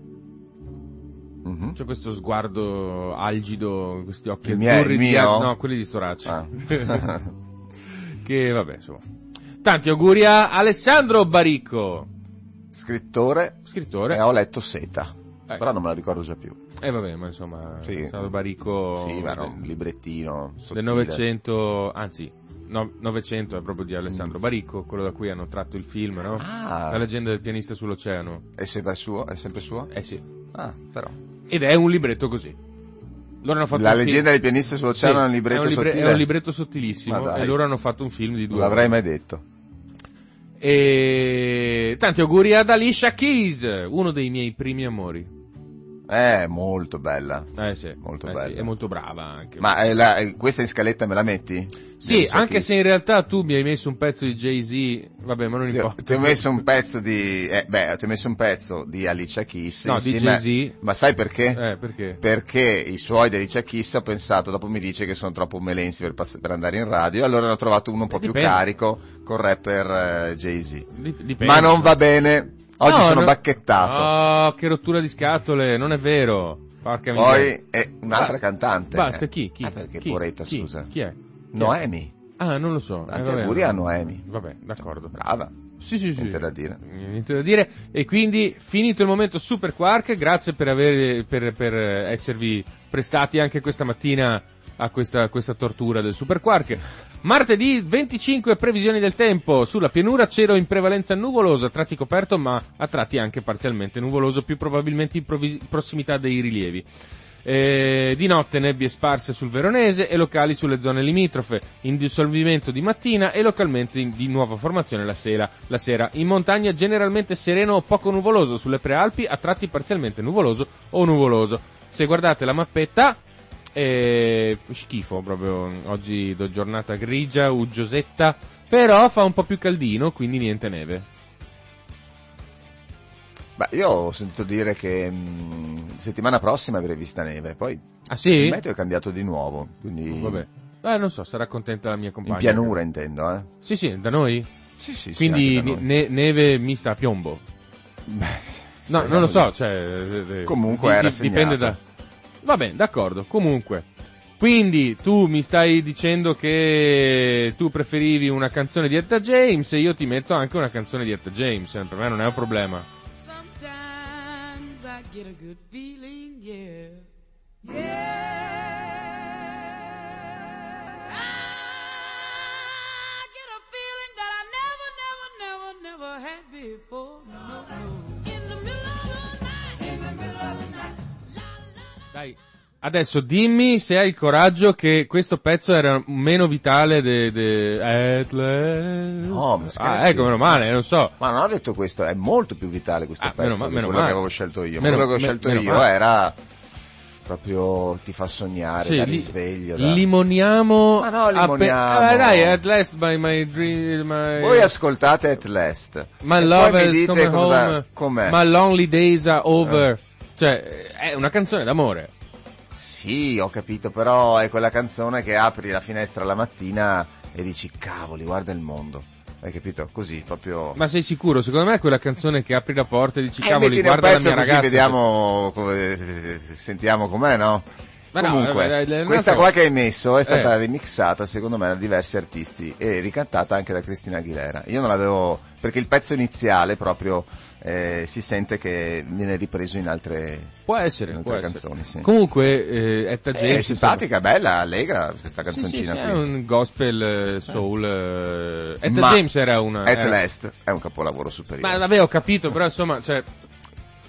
C: Mhm.
B: C'è questo sguardo algido, questi occhi
C: Il mio-
B: azzurri
C: il
B: di-
C: mio?
B: no, quelli di Storace.
C: Ah.
B: che vabbè, insomma. Tanti auguri a Alessandro Baricco,
C: Scrittore,
B: scrittore.
C: e ho letto Seta,
B: Eh.
C: però non me la ricordo già più.
B: Eh vabbè, ma insomma,
C: Sì.
B: Alessandro Baricco
C: sì, ma era un
B: del-
C: librettino
B: del
C: sottile.
B: Novecento, anzi, no- Novecento è proprio di Alessandro Baricco, quello da cui hanno tratto il film, no?
C: Mm. Ah.
B: La leggenda del pianista sull'oceano.
C: È sempre suo? È sempre suo?
B: Eh sì.
C: Ah, però.
B: Ed è un libretto così. Loro hanno fatto
C: La
B: un film-
C: leggenda del pianista sull'oceano
B: Sì,
C: è un libretto
B: libre-
C: sottile.
B: È un libretto sottilissimo
C: Ma dai.
B: e loro hanno fatto un film di due
C: Non l'avrei
B: ore.
C: mai detto.
B: E tanti auguri ad Alicia Keys, uno dei miei primi amori.
C: Eh, molto bella.
B: Eh sì,
C: Molto
B: eh sì,
C: bella.
B: è molto brava anche.
C: Ma eh, la- eh, questa in scaletta me la metti?
B: Sì,
C: Pensa
B: anche
C: chi-
B: se in realtà tu mi hai messo un pezzo di Jay-Z, vabbè, ma non
C: Ti ho,
B: importa.
C: ti ho messo un pezzo di, eh, beh, ti ho messo un pezzo di Alicia Kiss.
B: No, di
C: insieme-
B: Jay-Z.
C: Ma sai perché?
B: Eh, perché?
C: Perché i suoi di Alicia Kiss ho pensato, dopo mi dice che sono troppo melensi per, pass- per andare in radio, allora ne ho trovato uno un po' più
B: Dipende.
C: carico con rapper eh, Jay-Z.
B: Dip- dipende.
C: Ma non va bene. Oggi
B: No,
C: sono
B: no-
C: bacchettato.
B: Oh, che rottura di scatole, non è vero. Porca miseria.
C: Poi è un'altra
B: Basta,
C: cantante.
B: Basta,
C: eh.
B: chi? Chi?
C: Ah, perché
B: chi?
C: Poretta,
B: Chi?
C: scusa.
B: Chi è? Chi è?
C: Noemi.
B: Ah, non lo so. Eh,
C: Tanti
B: vabbè,
C: auguri a Noemi.
B: Vabbè, d'accordo.
C: Brava.
B: Sì, sì, sì.
C: Niente da dire.
B: Niente da dire. E quindi, finito il momento Super Quark, grazie per, avere, per, per eh, esservi prestati anche questa mattina a questa, questa tortura del Super Quark. Martedì 25 previsioni del tempo. Sulla pianura cielo in prevalenza nuvoloso, a tratti coperto ma a tratti anche parzialmente nuvoloso, più probabilmente in provvis- prossimità dei rilievi. Eh, di notte nebbie sparse sul Veronese e locali sulle zone limitrofe, in dissolvimento di mattina e localmente in- di nuova formazione la sera. La sera in montagna generalmente sereno o poco nuvoloso, sulle prealpi a tratti parzialmente nuvoloso o nuvoloso. Se guardate la mappetta eh, schifo proprio oggi do giornata grigia, uggiosetta, però fa un po' più caldino, quindi niente neve.
C: Beh, io ho sentito dire che mh, settimana prossima avrei vista neve, poi
B: Ah
C: il
B: sì?
C: meteo è cambiato di nuovo, quindi
B: Vabbè. Eh, non so, sarà contenta la mia compagna.
C: in pianura intendo, eh.
B: Sì, sì, da noi?
C: Sì, sì,
B: Quindi
C: anche da noi.
B: ne- neve mista a piombo.
C: Beh, sì,
B: No,
C: speriamo
B: non lo
C: di-
B: so, cioè... eh, eh,
C: Comunque era
B: Dipende da...
C: segnato.
B: Va bene, d'accordo, comunque. Quindi tu mi stai dicendo che tu preferivi una canzone di Etta James e io ti metto anche una canzone di Etta James, eh, per me non è un problema.
D: Sometimes I get a good feeling, yeah. Yeah. I get a feeling that I never, never, never, never had before. No, no. In the middle of the night. In the middle of the night.
B: Dai. Adesso dimmi se hai il coraggio che questo pezzo era meno vitale de, de... At last.
C: No, ma scherzi.
B: Ah, ecco, meno male, non so.
C: Ma non ho detto questo, è molto più vitale questo
B: Ah,
C: pezzo
B: meno ma-
C: di
B: meno
C: quello
B: male.
C: che avevo scelto io.
B: Meno-
C: quello che ho
B: me-
C: scelto
B: meno
C: io
B: male.
C: era proprio ti fa sognare,
B: Sì,
C: da
B: li-
C: risveglio. da-
B: Limoniamo.
C: Ma no,
B: appe-
C: limoniamo.
B: Ah, dai, at last by my dream. My...
C: Voi ascoltate At Last.
B: My
C: e
B: love
C: poi mi
B: has
C: dite
B: come
C: cosa-
B: home.
C: com'è. Eh.
B: My lonely days are over. Cioè, è una canzone d'amore.
C: Sì, ho capito, però è quella canzone che apri la finestra la mattina e dici cavoli, guarda il mondo. Hai capito? Così, proprio...
B: Ma sei sicuro? Secondo me è quella canzone che apri la porta e dici,
C: Eh,
B: cavoli,
C: mettine un
B: guarda Diciamo la
C: pezzo
B: mia
C: così
B: ragazza.
C: vediamo, come- eh, sentiamo com'è, no?
B: Ma no,
C: Comunque,
B: vabbè, dai, dai,
C: questa
B: un'altra-
C: qua che hai messo è stata
B: Eh.
C: remixata secondo me da diversi artisti e ricantata anche da Cristina Aguilera. Io non l'avevo, perché il pezzo iniziale proprio eh, si sente che viene ripreso in altre,
B: Può
C: in
B: essere,
C: altre
B: può essere.
C: canzoni. Sì.
B: Comunque, eh, Etta James,
C: è
B: insomma-
C: simpatica, bella, allegra questa
B: Sì, sì,
C: canzoncina
B: sì, è
C: qui.
B: un gospel eh, soul. eh, Etta
C: Ma
B: James era una...
C: At
B: era-
C: Last è un capolavoro superiore.
B: Ma vabbè, ho capito, però insomma, cioè,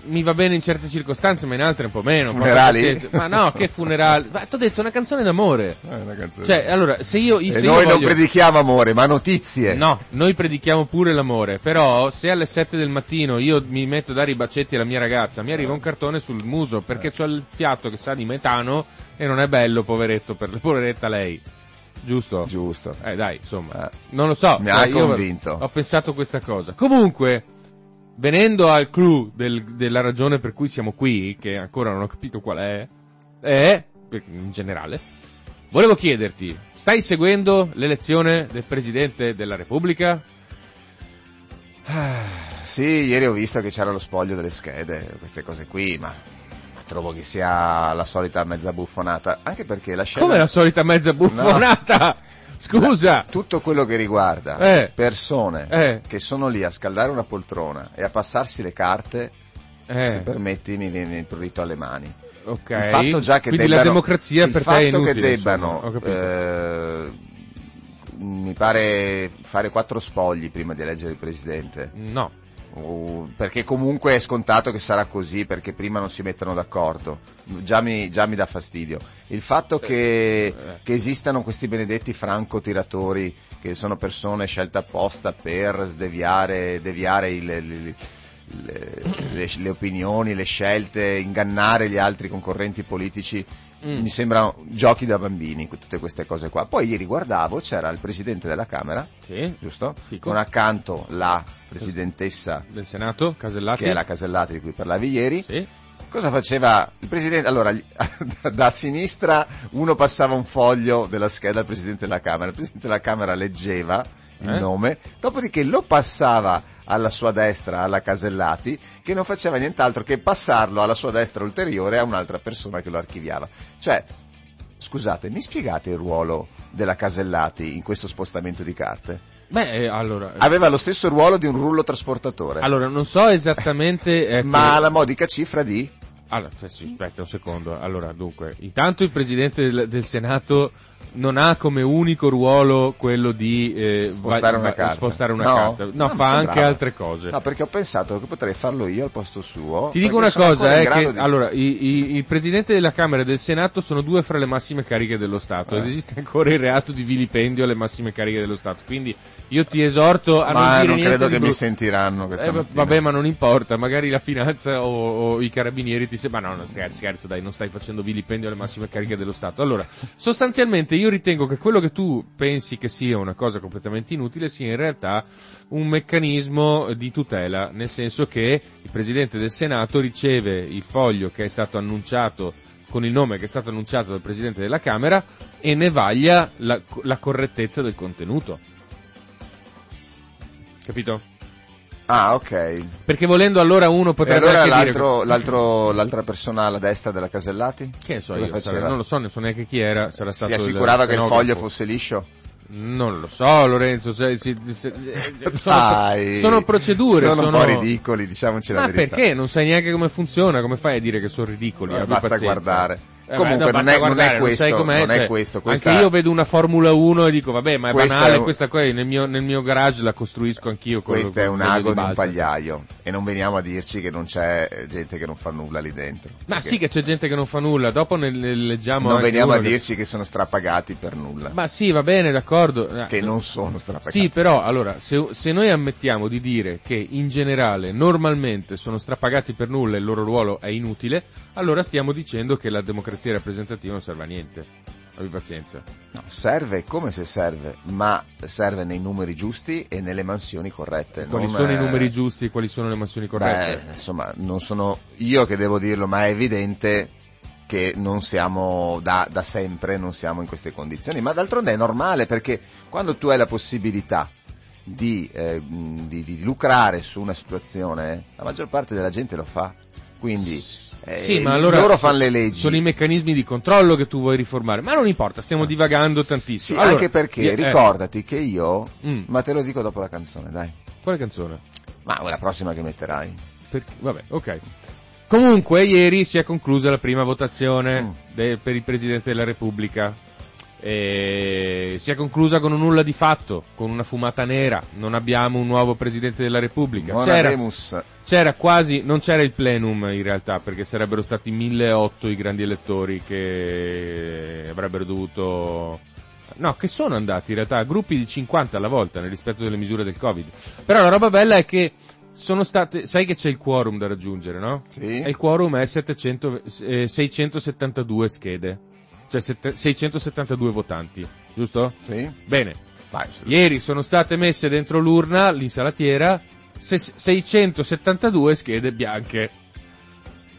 B: mi va bene in certe circostanze, ma in altre un po' meno.
C: Funerali?
B: Porca pazienza. Ma no, che funerali? Ma ti ho detto, una canzone d'amore.
C: Eh, una canzone.
B: Cioè, allora, se io...
C: e
B: se io
C: noi non
B: voglio-
C: predichiamo amore, ma notizie.
B: No, noi predichiamo pure l'amore, però se alle 7 del mattino io mi metto a dare i bacetti alla mia ragazza, mi arriva un cartone sul muso perché ho il fiato che sa di metano e non è bello, poveretto, per poveretta lei. Giusto?
C: Giusto.
B: Eh dai, insomma,
C: Eh.
B: non lo so. cioè,
C: Mi ha
B: io
C: convinto.
B: Ho pensato questa cosa. Comunque, venendo al clou del- della ragione per cui siamo qui, che ancora non ho capito qual è, è, per- in generale, volevo chiederti, stai seguendo l'elezione del Presidente della Repubblica?
C: Ah, Sì, ieri ho visto che c'era lo spoglio delle schede, queste cose qui, ma trovo che sia la solita mezza buffonata, anche perché la scena...
B: Come la solita mezza buffonata! Scusa!
C: Tutto quello che riguarda
B: Eh.
C: persone
B: Eh.
C: che sono lì a scaldare una poltrona e a passarsi le carte,
B: Eh,
C: se permetti, mi viene il prurito alle mani.
B: ok.
C: Il fatto già che
B: Quindi
C: debbano,
B: la democrazia
C: il
B: per te
C: fatto
B: è inutile.
C: che
B: insomma.
C: debbano
B: Ho capito.
C: eh, mi pare fare quattro spogli prima di eleggere il presidente
B: No.
C: o- Oh, perché comunque è scontato che sarà così perché prima non si mettono d'accordo già mi, già mi dà fastidio il fatto
B: Eh.
C: che, che esistano questi benedetti francotiratori che sono persone scelte apposta per sdeviare deviare il- il- il- le, le opinioni, le scelte, ingannare gli altri concorrenti politici,
B: Mm.
C: mi sembrano giochi da bambini, tutte queste cose qua. Poi ieri guardavo, c'era il presidente della Camera,
B: Sì.
C: giusto?
B: Fico.
C: Con accanto la presidentessa
B: Del Senato, Casellati.
C: che è la Casellati di cui parlavi ieri.
B: Sì.
C: Cosa faceva il presidente? Allora, gli- da sinistra uno passava un foglio della scheda al presidente della Camera, il presidente della Camera leggeva il
B: Eh?
C: nome, dopodiché lo passava alla sua destra, alla Casellati, che non faceva nient'altro che passarlo alla sua destra ulteriore a un'altra persona che lo archiviava. Cioè, scusate, mi spiegate il ruolo della Casellati in questo spostamento di carte?
B: Beh, eh, allora, eh,
C: aveva lo stesso ruolo di un rullo trasportatore,
B: allora non so esattamente... ecco-
C: ma alla modica cifra di...
B: Allora, aspetta, aspetta un secondo. Allora, dunque, intanto il Presidente del, del Senato non ha come unico ruolo quello di eh,
C: Spostare
B: va-
C: una
B: va-
C: carta.
B: spostare una
C: no,
B: carta. No,
C: mi
B: fa anche
C: sembrava.
B: altre cose.
C: No, perché ho pensato che potrei farlo io al posto suo.
B: Ti dico una
C: perché sono ancora
B: cosa,
C: in
B: eh,
C: grado
B: che
C: di-
B: allora, i- i- il Presidente della Camera e del Senato sono due fra le massime cariche dello Stato
C: Eh.
B: ed esiste ancora il reato di vilipendio alle massime cariche dello Stato. Quindi io ti esorto a
C: ma
B: non dire
C: non
B: niente
C: credo
B: di
C: che mi
B: brutto.
C: sentiranno questa
B: Eh, va-
C: mattina.
B: vabbè, ma non importa, magari la finanza o, o i carabinieri ti se... Ma no, no, scherzo, scherzo, dai, non stai facendo vilipendio alle massime cariche dello Stato. Allora, sostanzialmente io ritengo che quello che tu pensi che sia una cosa completamente inutile sia in realtà un meccanismo di tutela, nel senso che il Presidente del Senato riceve il foglio che è stato annunciato con il nome che è stato annunciato dal Presidente della Camera e ne vaglia la- la correttezza del contenuto. Capito?
C: Ah, ok.
B: Perché volendo allora uno
C: E
B: potrebbe
C: allora
B: anche
C: l'altro,
B: dire...
C: l'altro- l'altra persona alla destra della Casellati?
B: Che ne so
C: Cosa
B: io,
C: faceva?
B: sarà- non lo so, non so neanche chi era, sarà
C: Si
B: stato
C: assicurava che il
B: stenografo.
C: foglio fosse liscio?
B: Non lo so Lorenzo, se- se- se- sono,
C: Dai,
B: sono procedure,
C: Sono,
B: sono...
C: un po' ridicoli, diciamoci la
B: Ma
C: verità.
B: perché? Non sai neanche come funziona, come fai a dire che sono ridicoli?
C: Allora,
B: Abbi
C: basta
B: pazienza.
C: guardare.
B: Eh,
C: Comunque,
B: beh, no,
C: non
B: basta
C: è- non è
B: guardare,
C: questo,
B: sai com'è,
C: non è
B: cioè,
C: questo, questa-
B: Anche io vedo una Formula 1 e dico, vabbè, ma è
C: Questa
B: banale
C: è un-
B: questa qua, nel mio, nel mio garage la costruisco anch'io. con-
C: Questo è
B: con
C: un
B: legno di
C: ago di un
B: balsa.
C: pagliaio e non veniamo a dirci che non c'è eh, gente che non fa nulla lì dentro.
B: Ma
C: Perché
B: sì che c'è gente che non fa nulla, dopo ne, ne leggiamo
C: non
B: anche
C: veniamo
B: uno
C: a
B: che-
C: dirci che sono strapagati per nulla,
B: Ma sì, va bene, d'accordo. Eh,
C: che non sono strapagati.
B: Sì, però allora, se, se noi ammettiamo di dire che in generale, normalmente, sono strapagati per nulla e il loro ruolo è inutile, allora stiamo dicendo che la democrazia rappresentativa non serve a niente. Abbi pazienza.
C: No, serve come se serve, ma serve nei numeri giusti e nelle mansioni corrette.
B: Quali
C: non,
B: sono i
C: eh,
B: numeri giusti e quali sono le mansioni corrette?
C: Beh, insomma, non sono io che devo dirlo, ma è evidente che non siamo da, da sempre, non siamo in queste condizioni, ma d'altronde è normale perché quando tu hai la possibilità di, eh, mh, di- di lucrare su una situazione, la maggior parte della gente lo fa, quindi eh,
B: sì, ma allora
C: loro fanno le leggi.
B: Sono i meccanismi di controllo che tu vuoi riformare, ma non importa, stiamo divagando
C: Ah. Sì,
B: tantissimo. Allora,
C: anche perché
B: eh,
C: ricordati che io,
B: Mm.
C: ma te lo dico dopo la canzone, dai,
B: Quale canzone?
C: ma la prossima che metterai.
B: Perché- vabbè, ok. Comunque, ieri si è conclusa la prima votazione
C: Mm.
B: de- per il Presidente della Repubblica. E si è conclusa con un nulla di fatto, con una fumata nera. Non abbiamo un nuovo Presidente della Repubblica.
C: Mona
B: C'era,
C: Remus.
B: c'era quasi, non c'era il plenum in realtà, perché sarebbero stati 1.800 i grandi elettori che avrebbero dovuto... No, che sono andati in realtà a gruppi di 50 alla volta nel rispetto delle misure del Covid. Però la roba bella è che sono state, sai che c'è il quorum da raggiungere, no?
C: Sì.
B: E il quorum è 700, eh, 672 schede, cioè sette- 672 votanti, giusto?
C: Sì.
B: Bene,
C: Vai,
B: Esatto. Ieri sono state messe dentro l'urna, l'insalatiera, se- 672 schede bianche.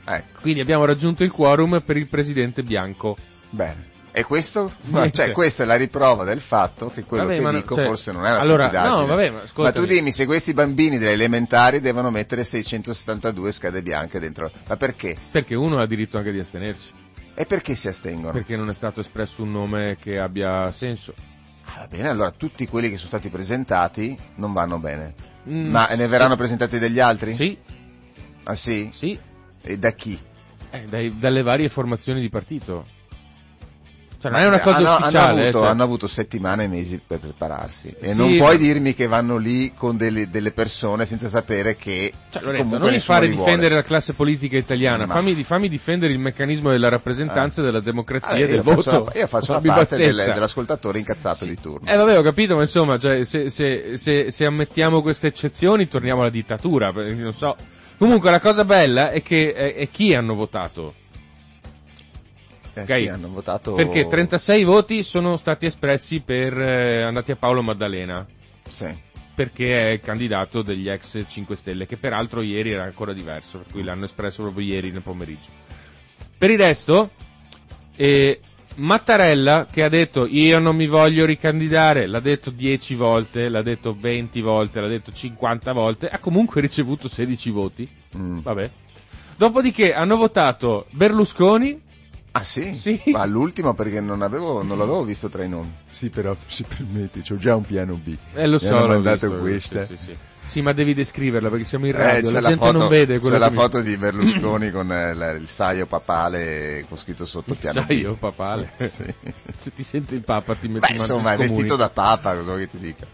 C: Ecco.
B: Quindi abbiamo raggiunto il quorum per il presidente bianco.
C: Bene. E questo?
B: Niente.
C: Ma, Cioè, questa è la riprova del fatto che quello
B: Vabbè,
C: che
B: ma no,
C: dico
B: cioè,
C: forse non è una
B: allora,
C: stupidaggine.
B: no, vabbè, ma ascoltami.
C: tu dimmi se questi bambini delle elementari devono mettere 672 schede bianche dentro. Ma perché?
B: Perché uno ha diritto anche di astenersi.
C: E perché si astengono?
B: Perché non è stato espresso un nome che abbia senso.
C: Ah, va bene, allora tutti quelli che sono stati presentati non vanno bene.
B: Mm,
C: Ma ne verranno presentati degli altri?
B: Sì,
C: Ah sì?
B: sì.
C: E da chi?
B: Eh, dai- dalle varie formazioni di partito. Cioè, non
C: Ma eh, ah,
B: è una cosa
C: hanno, hanno
B: ufficiale.
C: avuto,
B: eh, cioè-
C: hanno avuto settimane e mesi per prepararsi. E
B: Sì,
C: non puoi
B: ma-
C: dirmi che vanno lì con delle, delle persone senza sapere che.
B: Cioè, Lorenzo,
C: comunque
B: non mi
C: nessuno
B: fare
C: li vuole.
B: difendere la classe politica italiana,
C: Ma-
B: fammi, fammi difendere il meccanismo della rappresentanza, della democrazia,
C: Ah,
B: e del
C: io faccio
B: voto.
C: la- io faccio la
B: Abbi
C: parte del-
B: pazienza.
C: dell'ascoltatore incazzato di turno.
B: Eh vabbè, ho capito, ma insomma, cioè, se, se- se- se ammettiamo queste eccezioni, torniamo alla dittatura, perché non so. Comunque, la cosa bella è che è, è chi hanno votato.
C: Eh,
B: ok.
C: sì, hanno votato.
B: Perché 36 voti sono stati espressi per eh, andati a Paolo Maddalena,
C: Sì.
B: perché è il candidato degli ex 5 Stelle, che peraltro ieri era ancora diverso, per cui l'hanno espresso proprio ieri nel pomeriggio. Per il resto, eh, Mattarella che ha detto io non mi voglio ricandidare, l'ha detto 10 volte, l'ha detto 20 volte, l'ha detto 50 volte, ha comunque ricevuto 16 voti,
C: Mm.
B: vabbè. Dopodiché hanno votato Berlusconi,
C: Ah sì?
B: Sì.
C: Ma l'ultimo perché non, avevo, non l'avevo visto tra i nomi. Sì, però si permette, c'ho già un piano B.
B: eh lo
C: Mi
B: so,
C: hanno
B: l'ho visto,
C: mandato questa.
B: Sì, sì, sì. Sì, ma devi descriverla perché siamo in
C: Eh,
B: radio,
C: c'è
B: la,
C: la,
B: gente
C: foto,
B: non vede quello
C: c'è la
B: che mi-
C: foto di Berlusconi con eh, la- il saio papale con scritto sotto piano
B: Sai
C: B.
B: io, papale.
C: Sì.
B: Se ti sente il papa ti metti
C: Beh,
B: in
C: insomma, è vestito da papa, cosa vuoi che ti dica?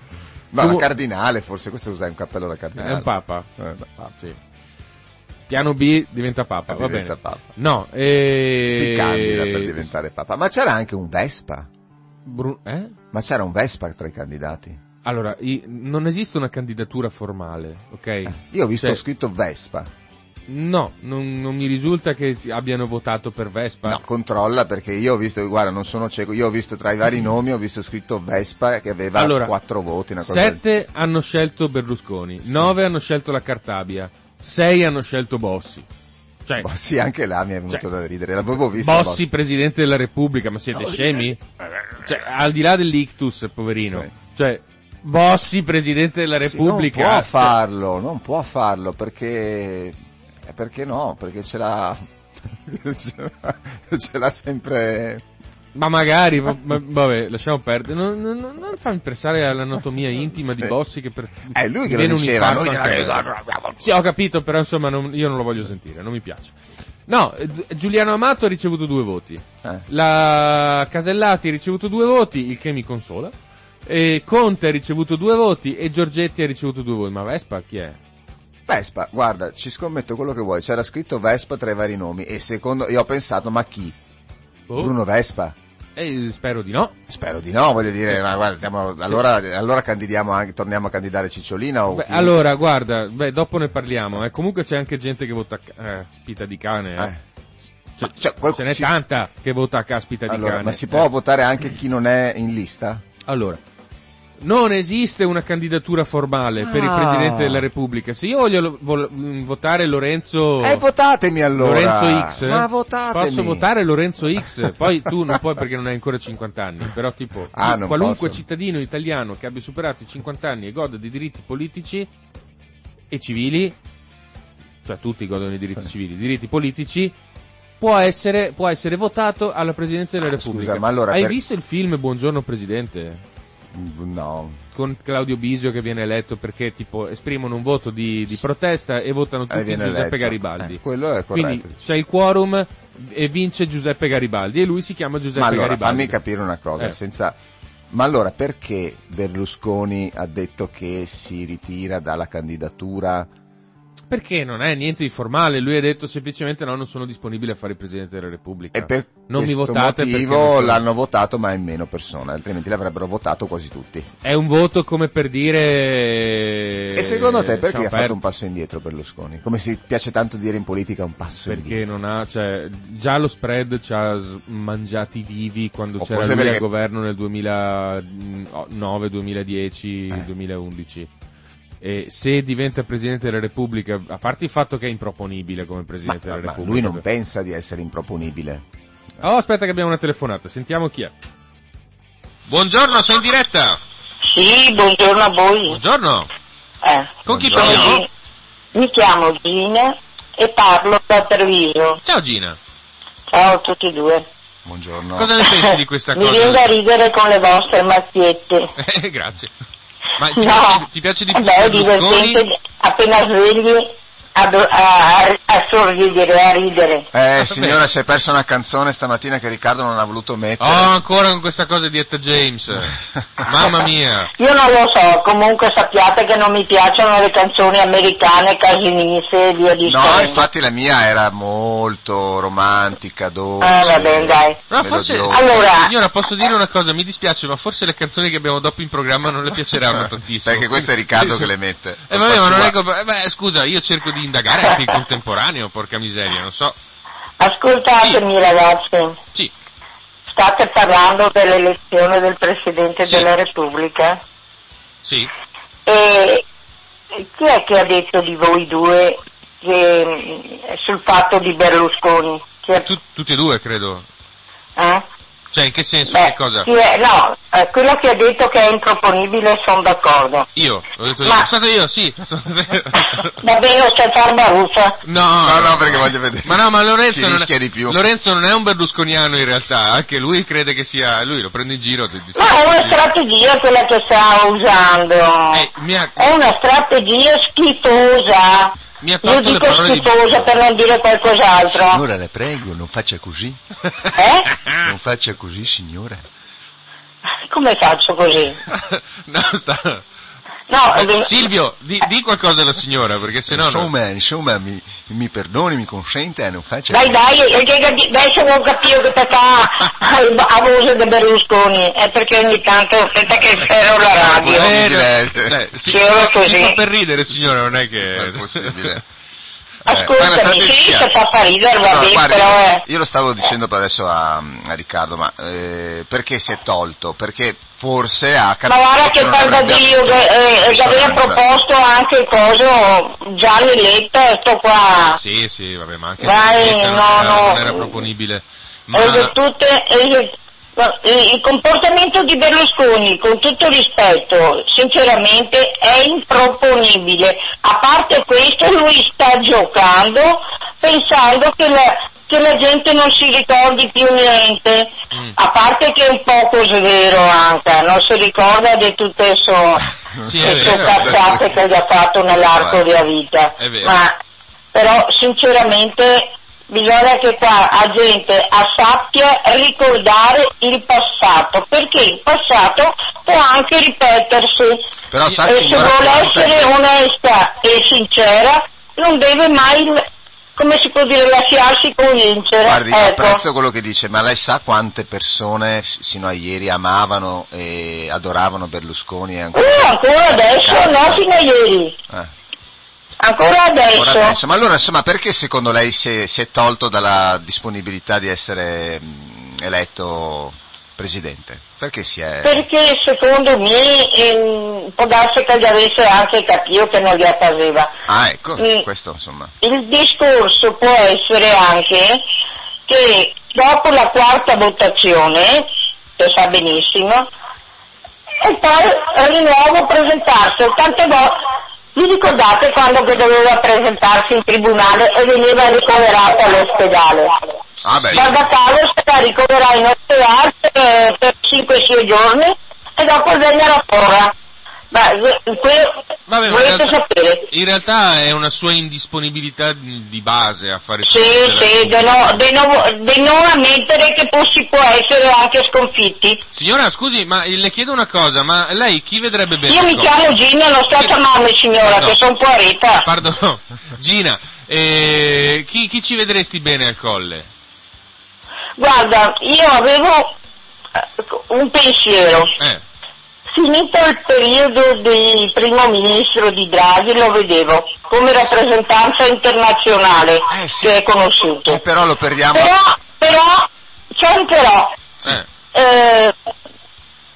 C: Ma
B: Tu-
C: un cardinale, forse questo usa un cappello da cardinale.
B: È un papa.
C: Eh, da papa.
B: Ah, Sì. Piano B diventa papa, Ah, va
C: Diventa
B: bene.
C: papa.
B: No, eh...
C: Si candida per diventare papa. Ma c'era anche un Vespa.
B: Bru- eh?
C: Ma c'era un Vespa tra i candidati.
B: Allora, i- non esiste una candidatura formale, ok?
C: Eh, Io ho visto
B: Cioè,
C: scritto Vespa.
B: No, non, non mi risulta che ci abbiano votato per Vespa.
C: No, controlla perché io ho visto, guarda, non sono cieco, io ho visto tra i vari nomi, ho visto scritto Vespa che aveva
B: Mm. Allora,
C: quattro voti, una cosa del-
B: Sette hanno scelto Berlusconi, nove hanno scelto la Cartabia, sei hanno scelto Bossi. Cioè,
C: Boh, sì, anche là mi è venuto
B: Cioè,
C: da ridere, l'avevo visto.
B: Bossi, presidente della Repubblica, ma
C: eh,
B: siete scemi? Cioè, al di là dell'ictus, poverino.
C: Sì.
B: Cioè, Bossi, presidente della
C: Sì, non
B: Repubblica. cioè.
C: può farlo, non può farlo perché eh, perché no, perché ce l'ha ce l'ha- ce l'ha sempre
B: Ma magari, ma- ma- vabbè, lasciamo perdere. Non, non, non- non fammi pensare all'anatomia intima
C: Sì.
B: di Bossi che per...
C: È eh, lui che lo
B: viene un
C: diceva, cioè,
B: infarto
C: noi
B: anche
C: glielo
B: a-
C: dicevamo.
B: Sì, ho capito, però insomma non- io non lo voglio sentire, non mi piace. No, eh, Gi- Giuliano Amato ha ricevuto due voti.
C: Eh.
B: La Casellati ha ricevuto due voti, il che mi consola. E Conte ha ricevuto due voti e Giorgetti ha ricevuto due voti. Ma Vespa chi è?
C: Vespa, guarda, ci scommetto quello che vuoi. C'era scritto Vespa tra i vari nomi e secondo io ho pensato, ma chi?
B: Boh.
C: Bruno Vespa?
B: Eh, spero di no.
C: Spero di no, voglio dire, ma guarda, siamo- allora, allora candidiamo anche, torniamo a candidare Cicciolina o
B: Beh,
C: chi?
B: allora, guarda, beh, dopo ne parliamo. Eh. Comunque c'è anche gente che vota a ca- eh, spita di cane. eh.
C: Eh.
B: Cioè,
C: Ma c'è qual-
B: ce n'è
C: ci-
B: tanta che vota a caspita di
C: Allora,
B: cane.
C: ma si può
B: Eh.
C: votare anche chi non è in lista?
B: Allora, non esiste una candidatura formale per il
C: Ah.
B: Presidente della Repubblica. Se io voglio lo- vol- mh, votare Lorenzo...
C: Eh, votatemi allora!
B: Oh. Lorenzo X, eh?
C: Ma votatemi!
B: posso votare Lorenzo X, poi tu non puoi perché non hai ancora 50 anni, però tipo
C: Ah,
B: io-
C: non
B: qualunque
C: posso.
B: cittadino italiano che abbia superato i 50 anni e goda di diritti politici e civili, cioè tutti godono di diritti
C: Sì.
B: civili, diritti politici, può essere, può essere votato alla Presidenza della
C: Ah, scusa,
B: Repubblica.
C: ma allora
B: Hai
C: per-
B: visto il film Buongiorno Presidente?
C: Mm, No,
B: con Claudio Bisio che viene eletto perché tipo esprimono un voto di, di protesta e votano tutti
C: Eh, viene
B: Giuseppe
C: eletto.
B: Garibaldi.
C: Eh, quello è corretto.
B: Quindi c'è il quorum e vince Giuseppe Garibaldi e lui si chiama Giuseppe
C: ma allora
B: Garibaldi.
C: fammi capire una cosa,
B: Eh.
C: senza... Ma allora perché Berlusconi ha detto che si ritira dalla candidatura?
B: Perché non è niente di formale, lui ha detto semplicemente no, non sono disponibile a fare il Presidente della Repubblica.
C: E per
B: Eh, non mi
C: questo
B: votate perché non
C: motivo
B: sono-
C: l'hanno votato ma in meno persone, altrimenti l'avrebbero votato quasi tutti.
B: È un voto come per dire...
C: E secondo te perché
B: Ciao,
C: ha
B: Fer-
C: fatto un passo indietro Berlusconi? Come si piace tanto dire in politica un passo indietro.
B: Perché non ha, cioè, già lo spread ci ha s- mangiati vivi quando
C: O
B: c'era
C: forse
B: lui al
C: perché-
B: governo nel mm, 2009, 2010,
C: Eh.
B: 2011. E se diventa Presidente della Repubblica, a parte il fatto che è improponibile come
C: Ma,
B: Presidente
C: ma-
B: della
C: ma
B: Repubblica.
C: lui non pensa di essere improponibile.
B: Oh, aspetta che abbiamo una telefonata, sentiamo chi è.
E: Buongiorno, sono in diretta.
F: Sì, buongiorno a voi.
E: Buongiorno.
F: Eh,
E: Con chi
C: Buongiorno.
E: parliamo?
F: mi chiamo Gina e parlo da Treviso.
E: Ciao Gina.
F: Ciao a tutti e due.
C: Buongiorno.
E: Cosa ne pensi di questa
F: mi
E: cosa?
F: viene da ridere con le vostre macchiette.
E: Eh, grazie. Ma ti,
F: no.
E: piace, ti piace di più
F: Eh Beh, è
E: Berlusconi?
F: divertente appena svegli ad- a, a, a sorridere, a ridere.
C: Eh signora, si è persa una canzone stamattina che Riccardo non ha voluto
E: Oh,
C: mettere.
E: ancora con questa cosa di Etta James. Mamma mia.
F: Io non lo so, comunque sappiate che non mi piacciono le canzoni americane, casiniste e via di
C: No,
F: seguito.
C: infatti la mia era molto romantica, dolce.
F: Ah, va bene, dai.
E: No, forse,
C: melodiosa.
F: Allora-
E: signora, posso dire una cosa, mi dispiace, ma forse le canzoni che abbiamo dopo in programma non le piaceranno tantissimo.
C: Perché questo è Riccardo che le mette.
E: Eh, vabbè, ma non è colpa- eh, beh, scusa, io cerco di indagare anche in contemporaneo, porca miseria, non so.
F: Ascoltatemi ragazzi.
E: Sì,
F: State parlando dell'elezione del Presidente
E: Sì.
F: della Repubblica
E: sì.
F: e chi è che ha detto di voi due che- mm, sul fatto di Berlusconi? Chi è-
E: Tu- tutti e due, credo.
F: eh?
E: Cioè, in che senso?
F: Beh,
E: che cosa?
F: chi è- no, eh, quello che ha detto che è improponibile sono d'accordo.
E: Io, ho detto io.
F: Ma-
E: Sono stato io, sì. sono stato-
F: Va bene, c'è Barbarussa.
E: No,
C: No, no, perché voglio vedere
E: Ma no, ma
C: chi
E: Lorenzo non,
C: rischia
E: è,
C: di più.
E: Lorenzo non è un berlusconiano in realtà, anche lui crede che sia, lui lo prende in giro. ti- ti-
F: Ma è una strategia quella che sta usando.
E: Eh, mi ha,
F: È una strategia schifosa.
E: mi ha
F: Io
E: tolto le
F: dico
E: parole di
F: schifosa per non dire qualcos'altro.
G: Signora, la prego, non faccia così.
E: Ah.
F: Eh?
G: Non faccia così, signora.
F: Come faccio così?
E: no, sta...
F: No,
E: Eh,
F: eh,
E: Silvio, di, di qualcosa alla signora, perché se no... non-
G: insomma, insomma, mi, mi perdoni, mi consenta, non faccia
E: cioè-
F: dai dai, eh, che- che- adesso non capivo che fa a voce di Berlusconi, è perché ogni tanto senta che spero la radio.
E: Eh,
C: Possibile.
E: no, eh, sì,
F: Ah, Sì, ora
E: si
F: così.
E: fa per ridere signora, non è che...
C: Non è possibile. guarda,
F: Ascoltami,
C: state
F: sì,
C: schiaffi.
F: se fa far ridere va
C: Allora,
F: bene,
C: guardi,
F: però eh. è...
C: io lo stavo dicendo per adesso a, a Riccardo, ma eh, perché si è tolto? Perché forse ha capito
F: Ma guarda
C: che
F: che
C: non avrebbe
F: Barbadillo
C: avuto
F: che eh, che aveva
C: risonanza.
F: proposto anche il coso Gianni Letta e sto qua.
E: Sì, sì, vabbè, ma anche
F: Vai,
E: se non,
F: no,
E: era, non
F: no.
E: era proponibile. Ma...
F: E le tutte- e le- ma- e il comportamento di Berlusconi, con tutto rispetto, sinceramente è improponibile. A parte questo, lui sta giocando pensando che la, che la gente non si ricordi più niente.
E: Mm.
F: A parte che è un poco svero anche, non si ricorda di tutto questo
E: Sì, è
F: le sue
E: vero.
F: cazzate che gli ha fatto nell'arco della vita.
E: È vero.
F: Ma però sinceramente Bisogna che qua la gente a sappia ricordare il passato, perché il passato può anche ripetersi.
C: Però sa
F: e
C: che
F: se
C: guarda-
F: vuole essere onesta e sincera, non deve mai, come si può dire, lasciarsi convincere.
C: Guardi,
F: ecco.
C: apprezzo quello che dice, ma lei sa quante persone s- sino a ieri amavano e adoravano Berlusconi e ancora...
F: Io ancora adesso, no fino a ieri,
C: Eh.
F: ancora adesso.
C: Ora adesso. Ma allora, insomma, perché secondo lei si è, si è tolto dalla disponibilità di essere mh, eletto presidente? Perché si
B: Eh.
C: è...
F: Perché secondo me ehm, può darsi che gli avesse anche capito che non gli appareva.
C: Ah, ecco,
F: Mm.
C: questo insomma.
F: Il discorso può essere anche che dopo la quarta votazione, lo sa benissimo, e poi di nuovo presentarsi. Tante volte vi ricordate quando che doveva presentarsi in tribunale e veniva ricoverato all'ospedale?
C: Ah, beh,
F: Guarda caso sarà ricoverato in ospedale eh, per 5-6 giorni e dopo venne la porra. Ma eh, que-
B: Vabbè, ma in
F: volete
B: realtà,
F: sapere?
B: in realtà è una sua indisponibilità di base a fare
F: Sì,
B: parte della-
F: sì, di no- di no- di non ammettere che poi si può essere anche sconfitti.
B: Signora, scusi, ma le chiedo una cosa, ma lei chi vedrebbe bene?
F: Io mi chiamo Gina, non sto a chiamarmi signora,
B: No.
F: che sono poverita.
B: Pardon, Gina, eh, chi, chi ci vedresti bene al colle?
F: Guarda, io avevo eh, un pensiero.
B: Eh.
F: Finito il periodo di primo ministro di Draghi lo vedevo come rappresentanza internazionale
B: Eh,
F: che è conosciuto.
C: Eh, Però lo perdiamo...
F: Però, però, c'è un però.
B: Eh.
F: eh,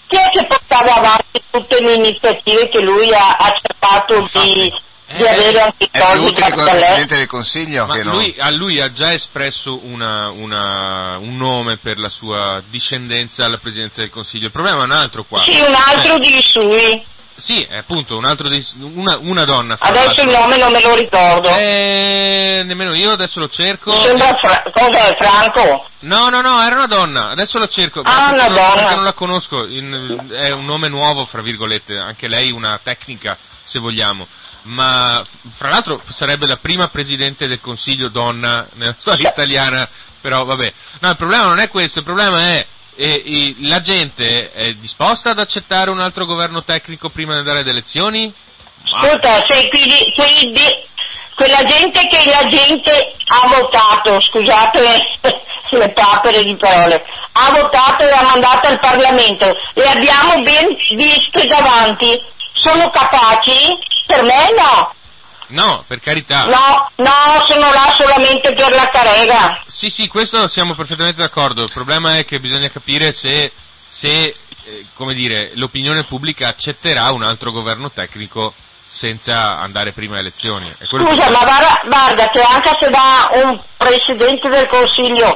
F: chi è che portava avanti tutte le iniziative che lui ha, ha cercato di,
B: Eh,
F: di avere anche i
C: È più
F: soldi
C: utile
F: da
C: con il Presidente del Consiglio
B: Ma
C: che non...
B: lui, a lui ha già espresso una, una, un nome per la sua discendenza alla presidenza del Consiglio. Il problema è un altro qua.
F: Sì, un altro
B: Eh,
F: di sui.
B: sì, è appunto, un altro di, una, una donna. fra
F: Adesso
B: l'altro.
F: il nome non me lo ricordo.
B: Eh, nemmeno io, adesso lo cerco.
F: Sembra Fra- cos'è Franco?
B: No, no, no, era una donna, adesso lo cerco.
F: Ah,
B: perché
F: una
B: non-
F: donna.
B: perché non la conosco, in- è un nome nuovo, fra virgolette, anche lei una tecnica, se vogliamo. Ma, fra l'altro, sarebbe la prima presidente del Consiglio donna nella
F: Cioè
B: storia italiana, però vabbè. No, il problema non è questo, il problema è, eh, i- la gente è disposta ad accettare un altro governo tecnico prima di andare alle elezioni?
F: Ascolta, se quindi, quindi quella gente che la gente ha votato, scusate le papere di parole, ha votato e l'ha mandata al Parlamento, le abbiamo ben viste davanti, sono capaci? Per me no,
B: No, per carità.
F: no, no, sono là solamente per la carega.
B: Sì, sì, questo siamo perfettamente d'accordo. Il problema è che bisogna capire se, se eh, come dire, l'opinione pubblica accetterà un altro governo tecnico senza andare prima alle elezioni. È quello
F: Scusa,
B: che-
F: ma guarda, guarda che anche se va un Presidente del Consiglio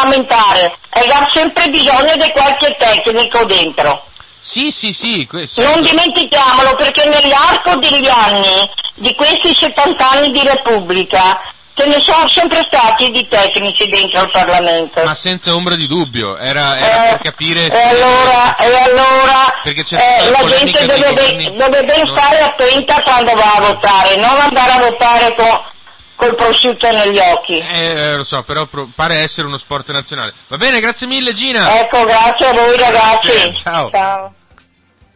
F: parlamentare, e ha sempre bisogno di qualche tecnico dentro.
B: Sì, sì, sì. questo-
F: Non dimentichiamolo perché nell'arco degli anni, di questi 70 anni di Repubblica, ce ne sono sempre stati di tecnici dentro al Parlamento.
B: Ma senza ombra di dubbio, era, era per capire
F: Eh, E
B: se...
F: allora, e allora
B: Perché c'è
F: eh,
B: stata la
F: la
B: polemica
F: gente
B: dei
F: deve,
B: governi-
F: ben- deve ben stare attenta quando va a votare, non andare a votare co- col prosciutto negli occhi.
B: Eh, eh, lo so, però pro- pare essere uno sport nazionale. Va bene, grazie mille Gina.
F: Ecco, grazie a voi ragazzi.
B: Ciao.
F: Ciao.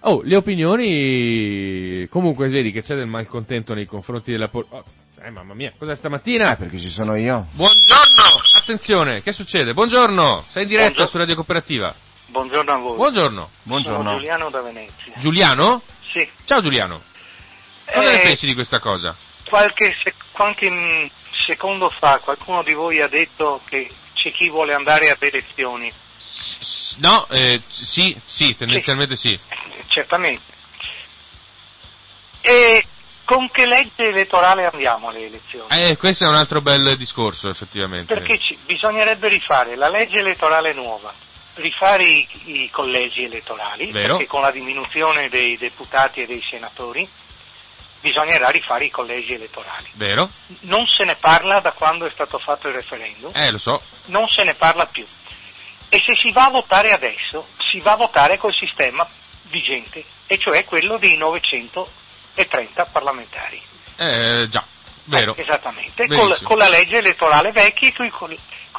H: Oh, le opinioni... Comunque, vedi che c'è del malcontento nei confronti della... pol- oh, eh, mamma mia, cos'è
F: Ah,
H: stamattina?
C: Eh, Perché ci sono io.
B: Buongiorno! Attenzione, che succede? Buongiorno, sei in diretta su Radio Cooperativa.
I: Buongiorno a voi.
B: Buongiorno.
I: Sono Giuliano da Venezia.
B: Giuliano?
I: Sì.
B: Ciao Giuliano. Cosa ne
I: Eh,
B: pensi di questa cosa?
I: Qualche, se- qualche, mm, secondo fa qualcuno di voi ha detto che c'è chi vuole andare ad elezioni.
B: S- No, eh, c- sì, sì, tendenzialmente sì.
I: Certamente. E con che legge elettorale andiamo alle elezioni?
B: Eh, questo è un altro bel discorso, effettivamente.
I: Perché ci- bisognerebbe rifare la legge elettorale nuova, rifare i, i collegi elettorali,
B: Vero.
I: perché con la diminuzione dei deputati e dei senatori bisognerà rifare i collegi elettorali.
B: Vero?
I: Non se ne parla da quando è stato fatto il referendum,
B: Eh, lo so.
I: non se ne parla più. E se si va a votare adesso, si va a votare col sistema vigente, e cioè quello dei 930 parlamentari.
B: Eh, già.
E: Vero.
I: Esattamente,
E: Benissimo.
I: col- con la legge elettorale vecchia e con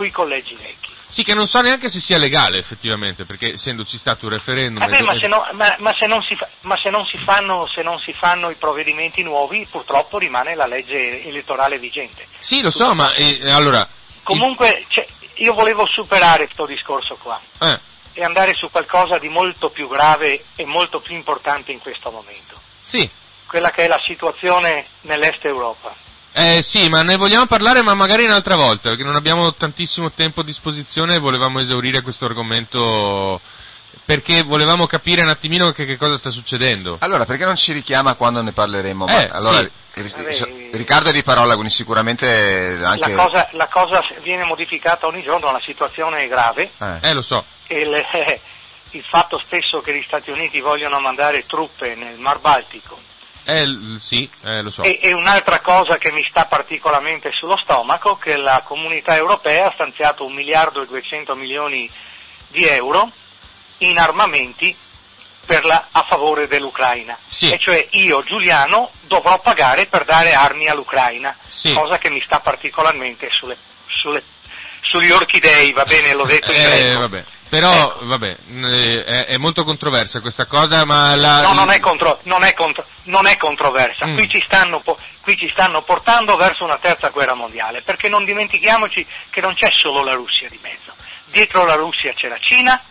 I: i collegi vecchi.
E: Sì, che non so neanche se sia legale effettivamente, perché essendoci stato un referendum...
I: Eh beh, ma,
E: e-
I: se no- ma- ma se non si fa- ma se non si fanno, se non si fanno i provvedimenti nuovi, purtroppo rimane la legge elettorale vigente.
E: Sì, lo so, ma eh, allora...
I: Comunque, cioè, io volevo superare questo discorso qua
E: eh,
I: e andare su qualcosa di molto più grave e molto più importante in questo momento,
E: sì.
I: quella che è la situazione nell'est Europa.
E: Eh, sì, ma ne vogliamo parlare, ma magari un'altra volta, perché non abbiamo tantissimo tempo a disposizione e volevamo esaurire questo argomento perché volevamo capire un attimino che, che cosa sta succedendo.
C: Allora, perché non ci richiama quando ne parleremo? Ma-
E: Eh,
C: allora,
E: sì.
C: ri- ri-
I: Vabbè,
C: so- Riccardo è di parola, quindi sicuramente anche...
I: La, cosa, la cosa viene modificata ogni giorno, la situazione è grave
C: Eh.
E: Eh, lo so.
I: e le- il fatto stesso che gli Stati Uniti vogliono mandare truppe nel Mar Baltico
E: Eh, l- sì, eh, lo so.
I: E, e un'altra cosa che mi sta particolarmente sullo stomaco, che la comunità europea ha stanziato 1 miliardo e 200 milioni di euro in armamenti per la- a favore dell'Ucraina.
E: Sì.
I: E cioè io, Giuliano, dovrò pagare per dare armi all'Ucraina,
E: Sì.
I: cosa che mi sta particolarmente sulle, sulle- sugli orchidei, va bene, l'ho detto in
E: Eh,
I: greco.
E: vabbè. Però,
I: Ecco.
E: vabbè, mh, eh, è, è molto controversa questa cosa, ma la...
I: No, non è, contro- non è contro- non è controversa.
E: Ah, Mm.
I: Qui, ci stanno, po- qui ci stanno portando verso una terza guerra mondiale, perché non dimentichiamoci che non c'è solo la Russia di mezzo. Dietro la Russia c'è la Cina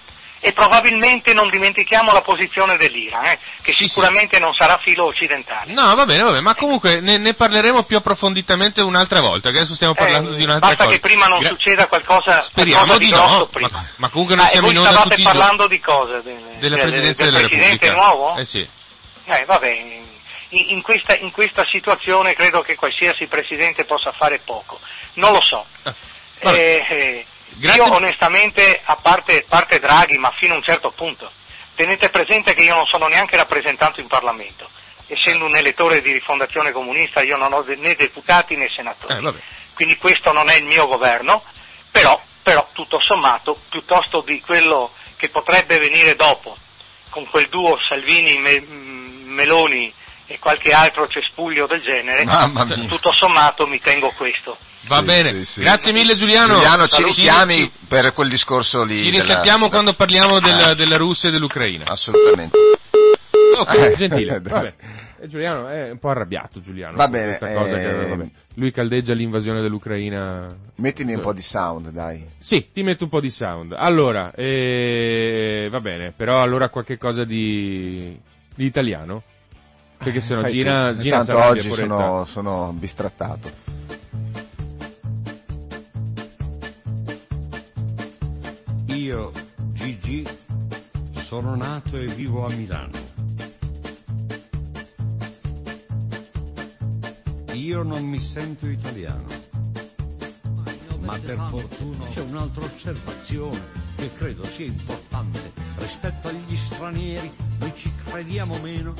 I: e probabilmente non dimentichiamo la posizione dell'Iran, eh, che
E: Sì, sì.
I: sicuramente non sarà filo occidentale.
E: No, va bene, va bene, ma comunque ne, ne parleremo più approfonditamente un'altra volta, che adesso stiamo parlando
I: Eh,
E: di un'altra
I: basta
E: cosa.
I: che prima non
E: Gra-
I: succeda qualcosa,
E: Speriamo
I: qualcosa
E: di
I: grosso
E: no,
I: prima.
E: ma, ma comunque non
I: Ah, e
E: siamo
I: voi
E: in onda
I: stavate
E: tutti i giorni.
I: parlando di cosa? Del,
E: della
I: del-
E: Presidenza
I: del
E: della
I: Presidente
E: Repubblica.
I: nuovo?
E: Eh sì.
I: Eh, vabbè, in, in questa, in questa situazione credo che qualsiasi presidente possa fare poco, non lo so.
E: Ah, vabbè.
I: Eh, eh,
E: Grazie.
I: Io onestamente, a parte, parte Draghi, ma fino a un certo punto, tenete presente che io non sono neanche rappresentato in Parlamento, essendo un elettore di rifondazione comunista io non ho de- né deputati né senatori,
E: Eh, vabbè.
I: quindi questo non è il mio governo, però, però tutto sommato, piuttosto di quello che potrebbe venire dopo, con quel duo Salvini, Me- M- Meloni e qualche altro cespuglio del genere,
C: Mamma mia.
I: tutto sommato mi tengo questo.
E: Va
C: Sì,
E: bene,
C: sì, sì.
E: grazie mille Giuliano.
C: Giuliano, ci
E: Saluti.
C: richiami per quel discorso lì.
E: Ci
C: della-
E: risentiamo quando parliamo della,
C: Eh.
E: della Russia e dell'Ucraina.
C: Assolutamente.
B: Ok,
C: Eh,
B: gentile.
C: dai.
B: Vabbè. Eh, Giuliano è un po' arrabbiato Giuliano.
C: Va
B: per
C: bene,
B: questa cosa che-
C: eh,
B: vabbè. Lui caldeggia l'invasione dell'Ucraina.
C: Mettimi un po' di sound, dai.
B: Sì, ti metto un po' di sound. Allora, eh, va bene, però allora qualche cosa di, di italiano. Perché se no
C: Sai
B: Gina,
C: tu,
B: Gina
C: tanto
B: sarà
C: oggi sono, sono bistrattato.
J: Io, Gigi, sono nato e vivo a Milano. Io non mi sento italiano, ma per fortuna c'è un'altra osservazione che credo sia importante. Rispetto agli stranieri noi ci crediamo meno,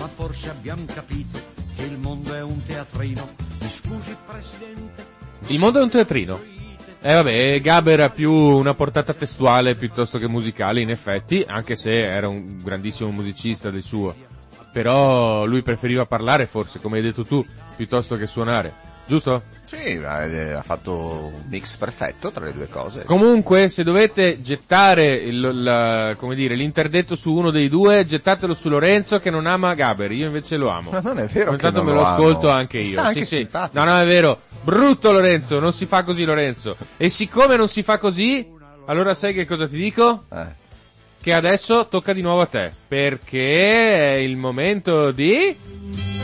J: ma forse abbiamo capito che il mondo è un teatrino. Mi scusi Presidente,
B: Il mondo è un teatrino. Eh vabbè, Gaber ha più una portata testuale piuttosto che musicale, in effetti, anche se era un grandissimo musicista del suo. Però lui preferiva parlare, forse, come hai detto tu, piuttosto che suonare. Giusto?
C: Sì, ma, eh, ha fatto un mix perfetto tra le due cose.
B: Comunque, se dovete gettare il- la- come dire, l'interdetto su uno dei due, gettatelo su Lorenzo che non ama Gaber, io invece lo amo.
C: Ma non è vero
B: Ogni
C: che
B: tanto
C: non
B: me
C: lo
B: lo
C: amo.
B: ascolto anche
C: Mi
B: io.
C: sta
B: sì,
C: anche
B: sì.
C: simpatico.
B: No, no, è vero. Brutto Lorenzo, non si fa così Lorenzo. E siccome non si fa così, allora sai che cosa ti dico?
C: Eh.
B: Che adesso tocca di nuovo a te, perché è il momento di...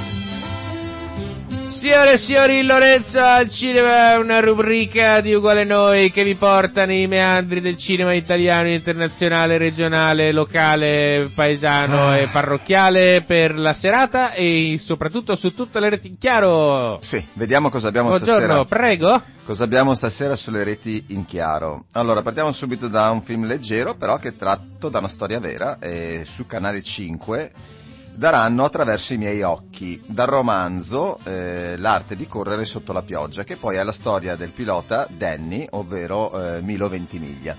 B: Signore e signori, Lorenzo al cinema è una rubrica di Uguale Noi che vi porta nei meandri del cinema italiano, internazionale, regionale, locale, paesano e parrocchiale per la serata e soprattutto su tutte le reti in chiaro.
C: Sì, vediamo cosa abbiamo
B: Buongiorno,
C: stasera.
B: prego.
C: Cosa abbiamo stasera sulle reti in chiaro? Allora, partiamo subito da un film leggero, però che è tratto da una storia vera, e su Canale 5 daranno attraverso i miei occhi, dal romanzo eh, L'arte di correre sotto la pioggia, che poi è la storia del pilota Danny, ovvero eh, Milo Ventimiglia.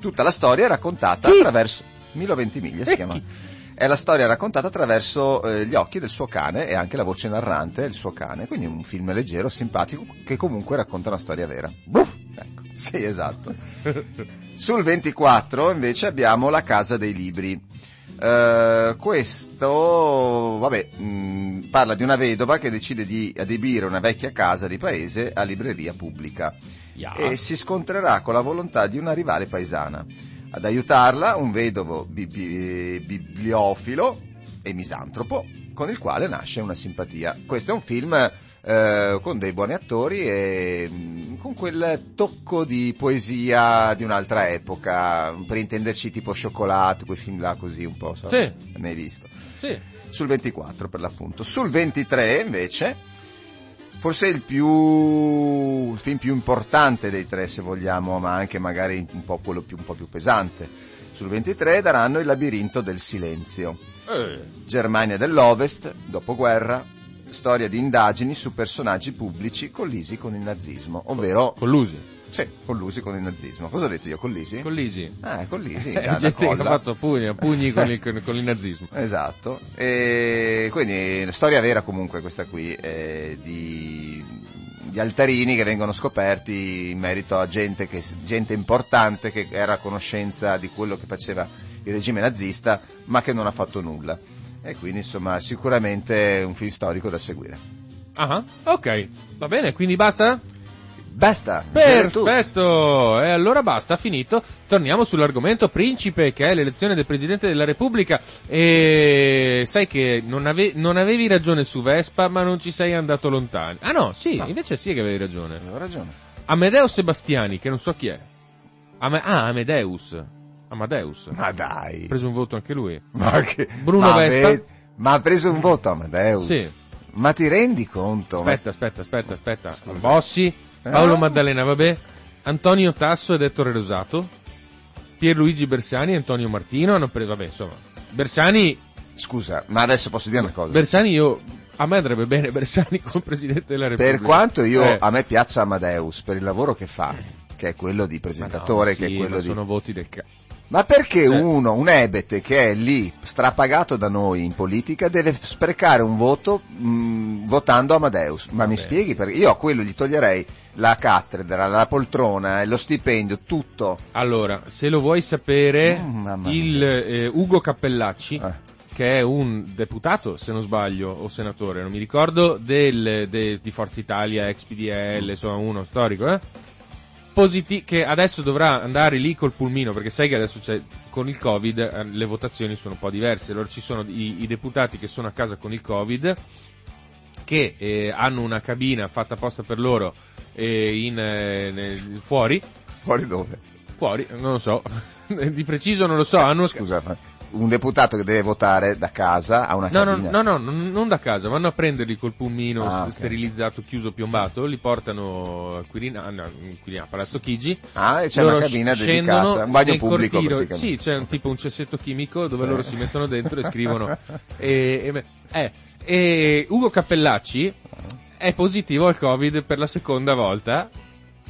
C: Tutta la storia è raccontata attraverso... Milo Ventimiglia si chiama? è la storia raccontata attraverso eh, gli occhi del suo cane e anche la voce narrante del suo cane, quindi un film leggero, simpatico, che comunque racconta una storia vera. Buff! Ecco, sì, esatto. Sul 24 invece abbiamo La casa dei libri. Eh, questo, vabbè, mh, parla di una vedova che decide di adibire una vecchia casa di paese a libreria pubblica e si scontrerà con la volontà di una rivale paesana. Ad aiutarla un vedovo bi- bi- bibliofilo e misantropo con il quale nasce una simpatia. Questo è un film eh, con dei buoni attori e mm, con quel tocco di poesia di un'altra epoca, per intenderci tipo cioccolato, quei film là così un po', so,
B: Sì.
C: ne hai visto.
B: Sì.
C: Sul 24 per l'appunto. Sul 23 invece forse il, più, il film più importante dei tre, se vogliamo, ma anche magari un po' quello più, un po' più pesante. Sul 23 daranno Il labirinto del silenzio. Germania dell'Ovest, dopoguerra, storia di indagini su personaggi pubblici collisi con il nazismo, ovvero...
B: Collusi.
C: Sì, collusi con il nazismo. Cosa ho detto io? Collisi?
B: Collisi.
C: Ah, collisi.
B: Eh,
C: dalla
B: gente che ha
C: colla.
B: fatto pugni, pugni con, il, con il nazismo.
C: Esatto, e quindi una storia vera comunque questa qui, eh, di, di altarini che vengono scoperti in merito a gente, che, gente importante che era a conoscenza di quello che faceva il regime nazista ma che non ha fatto nulla. E quindi insomma sicuramente un film storico da seguire.
B: Ah, ok. Va bene, quindi basta?
C: Basta.
B: Perfetto. E allora basta, finito. Torniamo sull'argomento principe che è l'elezione del Presidente della Repubblica. E sai che non, ave- non avevi ragione su Vespa, ma non ci sei andato lontano. Ah no, sì, invece sì che avevi ragione.
C: Avevo ragione.
B: Amedeo Sebastiani, che non so chi è. Ame- ah, Amedeus. Amadeus.
C: Ma dai. Ha
B: preso un voto anche lui.
C: Ma che...
B: Bruno
C: ma
B: Vespa.
C: ve- ma ha preso un voto Amadeus?
B: Sì.
C: Ma ti rendi conto? Ma-
B: Aspetta, aspetta, aspetta, aspetta. Bossi, Paolo
C: Ah.
B: Maddalena, vabbè. Antonio Tasso ed Ettore Rosato. Pierluigi Bersani e Antonio Martino hanno preso, vabbè, insomma. Bersani...
C: Scusa, ma adesso posso dire una cosa?
B: Bersani io... A me andrebbe bene Bersani come Presidente della Repubblica.
C: Per quanto io,
B: Eh,
C: a me piaccia Amadeus per il lavoro che fa, che è quello di presentatore,
B: no,
C: che
B: sì,
C: è quello
B: ma
C: di...
B: sono Eh. voti del ca...
C: Ma perché uno, un ebete che è lì, strapagato da noi in politica, deve sprecare un voto mh, votando Amadeus? Ma mi spieghi perché? Io a quello gli toglierei la cattedra, la poltrona, lo stipendio, tutto.
B: Allora, se lo vuoi sapere,
C: Mm, mamma
B: il eh, Ugo Cappellacci,
C: Ah,
B: che è un deputato, se non sbaglio, o senatore, non mi ricordo, del, de- di Forza Italia, ex PDL, insomma, uno storico, eh? Positi- che adesso dovrà andare lì col pulmino, perché sai che adesso c'è, con il Covid eh, le votazioni sono un po' diverse, allora ci sono i, i deputati che sono a casa con il Covid, che eh, hanno una cabina fatta apposta per loro eh, in, eh, nel- fuori.
C: Fuori dove?
B: Fuori, non lo so. Di preciso non lo so, hanno...
C: Scusa, ma un deputato che deve votare da casa ha una
B: No, no,
C: cabina.
B: no, no, non non da casa, vanno a prenderli col pulmino
C: Ah,
B: s-
C: ok.
B: sterilizzato, chiuso, piombato, li portano a Quirina, ah, no, in Quirina, a Palazzo Chigi.
C: Ah, e c'è
B: Loro
C: una cabina
B: scendono
C: dedicata, un bagno
B: nel
C: pubblico
B: cortile-
C: praticamente.
B: Sì, c'è un, tipo un cessetto chimico dove
C: Sì.
B: loro si mettono dentro e scrivono. e, e me- eh, e Ugo Cappellacci è positivo al Covid per la seconda volta.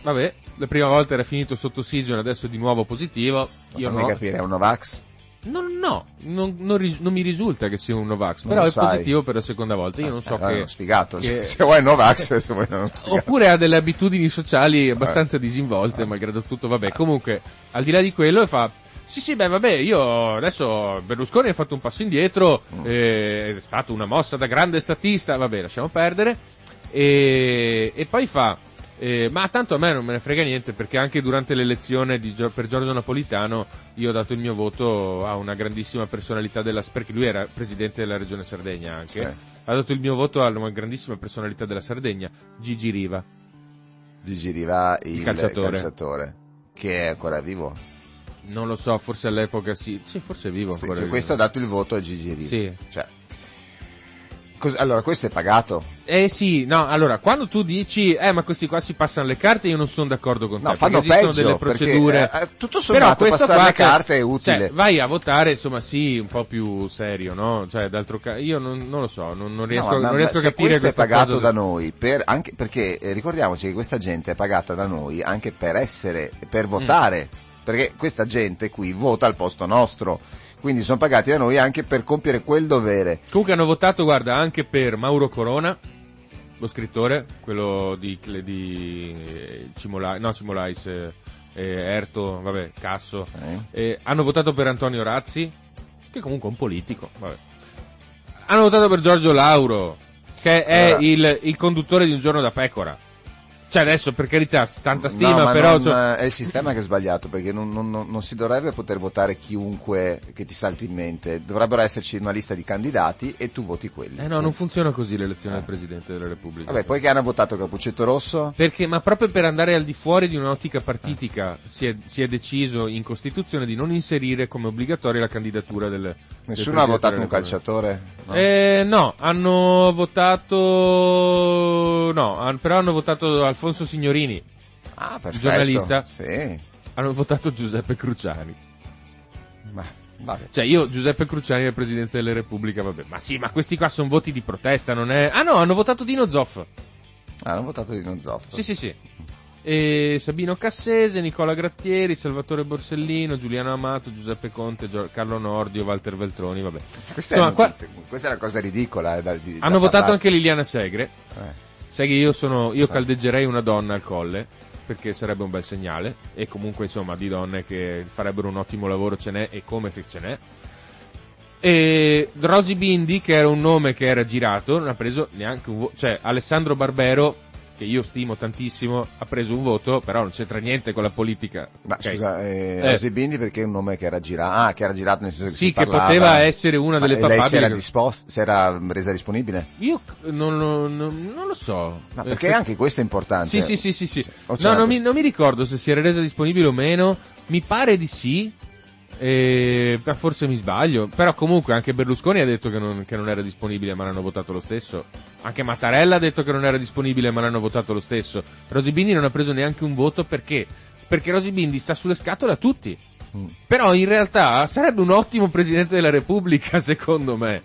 B: Vabbè, la prima volta era finito sotto ossigeno, adesso è di nuovo positivo. Io
C: fammi
B: no.
C: capire, è un Novax?
B: No, no, non, non ris- non mi risulta che sia un Novax,
C: Non
B: però
C: lo
B: è
C: sai. Eh,
B: positivo per la seconda volta. Io non so
C: allora è
B: che.
C: uno sfigato,
B: che-
C: se vuoi Novax, se vuoi non sfigato.
B: Oppure ha delle abitudini sociali abbastanza disinvolte, malgrado tutto, vabbè. Comunque, al di là di quello, fa. Sì, sì, beh, vabbè, io adesso Berlusconi ha fatto un passo indietro, eh, è stata una mossa da grande statista, vabbè, lasciamo perdere. E, e poi fa. eh, ma tanto a me non me ne frega niente perché anche durante l'elezione di Gio- per Giorgio Napolitano io ho dato il mio voto a una grandissima personalità della perché lui era presidente della regione Sardegna anche.
C: Sì.
B: Ha dato il mio voto a una grandissima personalità della Sardegna, Gigi Riva.
C: Gigi Riva, il,
B: Il calciatore.
C: calciatore, che è ancora vivo.
B: Non lo so, forse all'epoca sì, sì forse è vivo
C: Sì,
B: ancora.
C: cioè, questo ha dato il voto a Gigi Riva.
B: Sì.
C: Cioè, cos- allora, questo è pagato?
B: Eh sì, no, allora, quando tu dici, eh ma questi qua si passano le carte, io non sono d'accordo con
C: No,
B: te,
C: fanno
B: perché esistono
C: peggio,
B: delle
C: perché,
B: procedure.
C: eh, eh, tutto sommato
B: Però questo
C: passare
B: qua,
C: le
B: cioè,
C: carte è utile.
B: cioè, vai a votare, insomma, sì, un po' più serio, no? Cioè, d'altro ca- io non, non lo so, non, non riesco,
C: No, ma-
B: non riesco a
C: se
B: capire
C: questo è
B: questa
C: pagato
B: cosa
C: da noi, per- anche- perché eh, ricordiamoci che questa gente è pagata da noi anche
B: Mm.
C: per essere, per votare, perché questa gente qui vota al posto nostro. quindi sono pagati da noi anche per compiere quel dovere.
B: Comunque hanno votato, guarda, anche per Mauro Corona, lo scrittore, quello di, di eh, Cimolai, no, Cimolais, eh, eh, Erto, vabbè, Casso. Eh, hanno votato per Antonio Razzi, che comunque è un politico, vabbè. Hanno votato per Giorgio Lauro, che è
C: Allora.
B: il, il conduttore di Un giorno da pecora. Cioè adesso, per carità, tanta stima,
C: No, ma
B: però...
C: non- eh,
B: cioè-
C: è il sistema che è sbagliato perché non, non- non- non si dovrebbe poter votare chiunque che ti salti in mente, dovrebbero esserci una lista di candidati e tu voti quelli.
B: Eh no, non funziona così l'elezione del Presidente della Repubblica.
C: Eh. Vabbè, poi che hanno votato Capuccetto Rosso?
B: Perché, ma proprio per andare al di fuori di un'ottica partitica, si è, si è deciso in Costituzione di non inserire come obbligatoria la candidatura del. del
C: Nessuno ha
B: Presidente
C: votato
B: della
C: un
B: Repubblica.
C: calciatore? No.
B: Eh, no, hanno votato. No, han- però hanno votato Alfonso Signorini,
C: ah,
B: il
C: perfetto.
B: giornalista.
C: Sì.
B: Hanno votato Giuseppe Cruciani.
C: Ma, vabbè.
B: Cioè, io, Giuseppe Cruciani, la Presidenza della Repubblica, vabbè. Ma sì, ma questi qua sono voti di protesta, non è. Ah no, hanno votato Dino Zoff.
C: Ah, hanno votato Dino Zoff.
B: Sì, sì, sì. E Sabino Cassese, Nicola Grattieri, Salvatore Borsellino, Giuliano Amato, Giuseppe Conte, Gio- Carlo Nordio, Walter Veltroni, vabbè.
C: Questa,
B: Insomma,
C: è
B: qua-
C: notizia, questa è una cosa ridicola. eh, da- di- da
B: hanno votato
C: parlare.
B: anche Liliana Segre.
C: Eh.
B: Sai che io, sono, io
C: Sì.
B: caldeggerei una donna al colle, perché sarebbe un bel segnale, e comunque insomma di donne che farebbero un ottimo lavoro ce n'è e come che ce n'è. E Rosy Bindi, che era un nome che era girato, non ha preso neanche un voto, cioè Alessandro Barbero, che io stimo tantissimo, ha preso un voto, però non c'entra niente con la politica.
C: Ma
B: ok?
C: scusa, eh,
B: Eh.
C: Rosy Bindi perché è un nome che era girato, ah, che era girato nel senso che
B: Sì,
C: si
B: che
C: parlava.
B: poteva essere una
C: Ma
B: delle
C: lei si
B: papabili
C: era
B: che-
C: disposta, si era mm, resa disponibile?
B: Io c- non, lo- non- non lo so.
C: Ma
B: Eh,
C: perché
B: per-
C: anche questo è importante. Oh, certo.
B: Sì, sì, sì, sì, sì.
C: O
B: No,
C: c'era
B: non mi,
C: questo?
B: non mi ricordo se si era resa disponibile o meno, mi pare di sì, eh, ma forse mi sbaglio, però comunque anche Berlusconi ha detto che non, che non era disponibile ma l'hanno votato lo stesso, anche Mattarella ha detto che non era disponibile ma l'hanno votato lo stesso, Rosibindi non ha preso neanche un voto perché? Perché Rosibindi sta sulle scatole a tutti,
C: Mm.
B: però in realtà sarebbe un ottimo Presidente della Repubblica secondo me.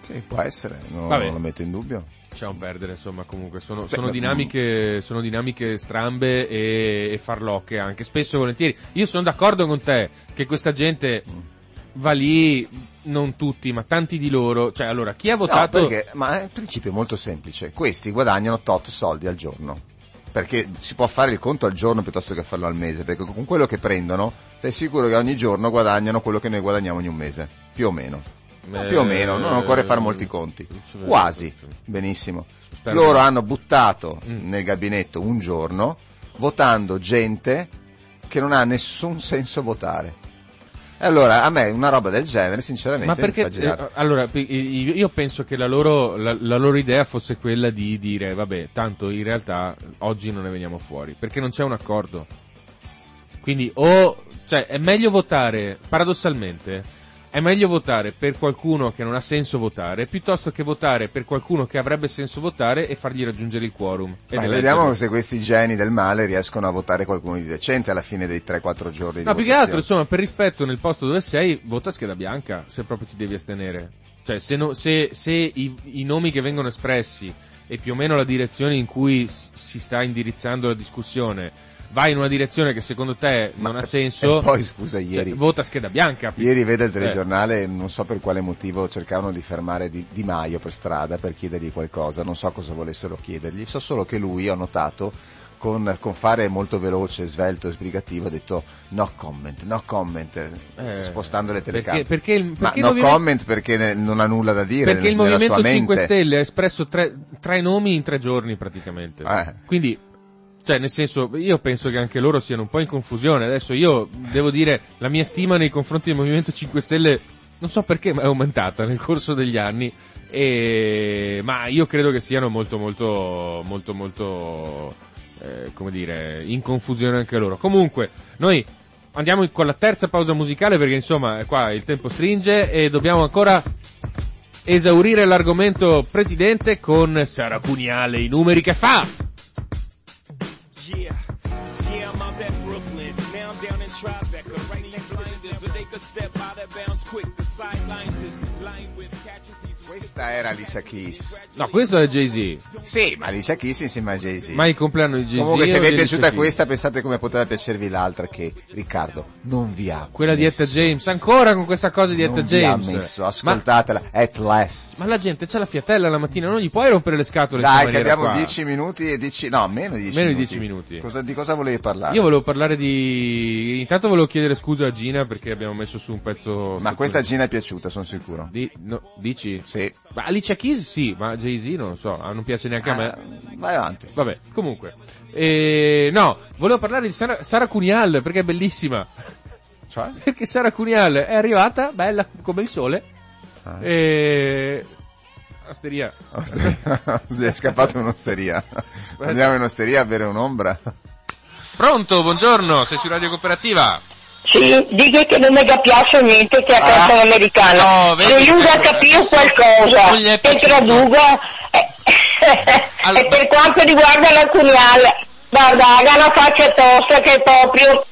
C: Sì, può essere, no,
B: Vabbè.
C: non lo metto in dubbio.
B: C'è un perdere, insomma, comunque sono,
C: Sì,
B: sono
C: Cioè, ma-
B: dinamiche, sono dinamiche strambe e, e farlocche anche, spesso e volentieri. Io sono d'accordo con te che questa gente
C: Mm.
B: va lì, non tutti, ma tanti di loro. Cioè, allora, chi ha votato...
C: No, perché, ma il principio è molto semplice. Questi guadagnano tot soldi al giorno. Perché si può fare il conto al giorno piuttosto che farlo al mese, perché con quello che prendono sei sicuro che ogni giorno guadagnano quello che noi guadagniamo in un mese, più o meno.
B: Eh,
C: più o meno, non occorre fare molti conti. Quasi, benissimo. Loro hanno buttato
B: Mm.
C: nel gabinetto un giorno votando gente che non ha nessun senso votare. E allora a me una roba del genere sinceramente
B: Ma
C: mi
B: perché,
C: fa girare.
B: eh, allora, pe- io io penso che la loro, la, la loro idea fosse quella di dire, vabbè, tanto in realtà oggi non ne veniamo fuori, perché non c'è un accordo. Quindi, o, cioè, è meglio votare, paradossalmente, è meglio votare per qualcuno che non ha senso votare, piuttosto che votare per qualcuno che avrebbe senso votare e fargli raggiungere il quorum. Ed
C: Ma
B: eleggerlo.
C: vediamo se questi geni del male riescono a votare qualcuno di decente alla fine dei 3-4 giorni di
B: No, più che
C: votazione.
B: altro, insomma, per rispetto nel posto dove sei, vota scheda bianca, se proprio ti devi astenere. Cioè, se, no- se- se i, i nomi che vengono espressi e più o meno la direzione in cui s- si sta indirizzando la discussione va in una direzione che secondo te non ha senso,
C: e poi, scusa,
B: cioè,
C: ieri-
B: vota scheda bianca. Cioè, Eh.
C: Ieri vedo il telegiornale, non so per quale motivo cercavano di fermare Di, Di Maio per strada per chiedergli qualcosa, non so cosa volessero chiedergli, so solo che lui, ho notato, con, con fare molto veloce, svelto e sbrigativo, ha detto no comment, no comment,
B: Eh,
C: spostando le
B: perché-
C: telecamere.
B: perché il-
C: Ma
B: perché il
C: no
B: movimento-
C: comment perché ne- non ha nulla da dire
B: Perché
C: nel-
B: il
C: nella
B: Movimento
C: sua mente.
B: 5 Stelle ha espresso tre, tre nomi in tre giorni praticamente.
C: Ah, Eh.
B: Quindi, cioè, nel senso, io penso che anche loro siano un po' in confusione. Adesso io devo dire, la mia stima nei confronti del Movimento 5 Stelle, non so perché, ma è aumentata nel corso degli anni. E, ma io credo che siano molto, molto, molto, molto, eh, come dire, in confusione anche loro. Comunque, noi andiamo con la terza pausa musicale perché insomma qua il tempo stringe e dobbiamo ancora esaurire l'argomento presidente con Sara Cuniale, i numeri che fa.
K: Yeah, yeah, I'm out at Brooklyn. Now I'm down in Tribeca, right next blinders, but they could step out of bounds quick. The sidelines is lined with casualties.
C: Questa era Alicia Keys.
B: No, questo è Jay-Z.
C: Sì, ma Alicia Keys insieme a Jay-Z.
B: Ma il compleanno di Jay-Z.
C: Comunque, se
B: o
C: vi è
B: di
C: piaciuta
B: Alicia Keys?
C: questa, pensate come poteva piacervi l'altra che Riccardo non vi ha.
B: Quella di Etta James, ancora con questa cosa di Etta
C: non vi ha
B: James.
C: messo,
B: ma,
C: ascoltatela, at last.
B: ma la gente c'ha la fiatella la mattina, non gli puoi rompere le scatole. in
C: Dai, che
B: questa
C: abbiamo
B: maniera qua.
C: 10 minuti e 10, no, meno di 10
B: Meno di
C: minuti.
B: 10 minuti.
C: Cosa- di cosa volevi parlare?
B: Io volevo parlare di. Intanto volevo chiedere scusa a Gina perché abbiamo messo su un pezzo.
C: Ma questa Gina è piaciuta, sono sicuro.
B: Di- no, dici?
C: Sì.
B: Ma Alicia Keys sì, ma Jay-Z non lo so, ah, non piace neanche a me.
C: Ah, Vai avanti.
B: Vabbè, comunque. Eh, no, volevo parlare di Sara, Sara Cunial perché è bellissima.
C: Cioè?
B: Perché Sara Cunial è arrivata, bella come il sole. Eh.
C: Ah.
B: E... Osteria.
C: Sì, è scappato in un'osteria. Andiamo in un'osteria a bere un'ombra.
E: Pronto, buongiorno, sei su Radio Cooperativa.
F: Sì, dica che non mi piace niente che è canto americano.
E: vedi
F: Se
E: che
F: aiuta a
E: quello-
F: capire qualcosa che traduca eh, e per quanto riguarda la cuniale, guarda, ha una faccia tosta che è proprio,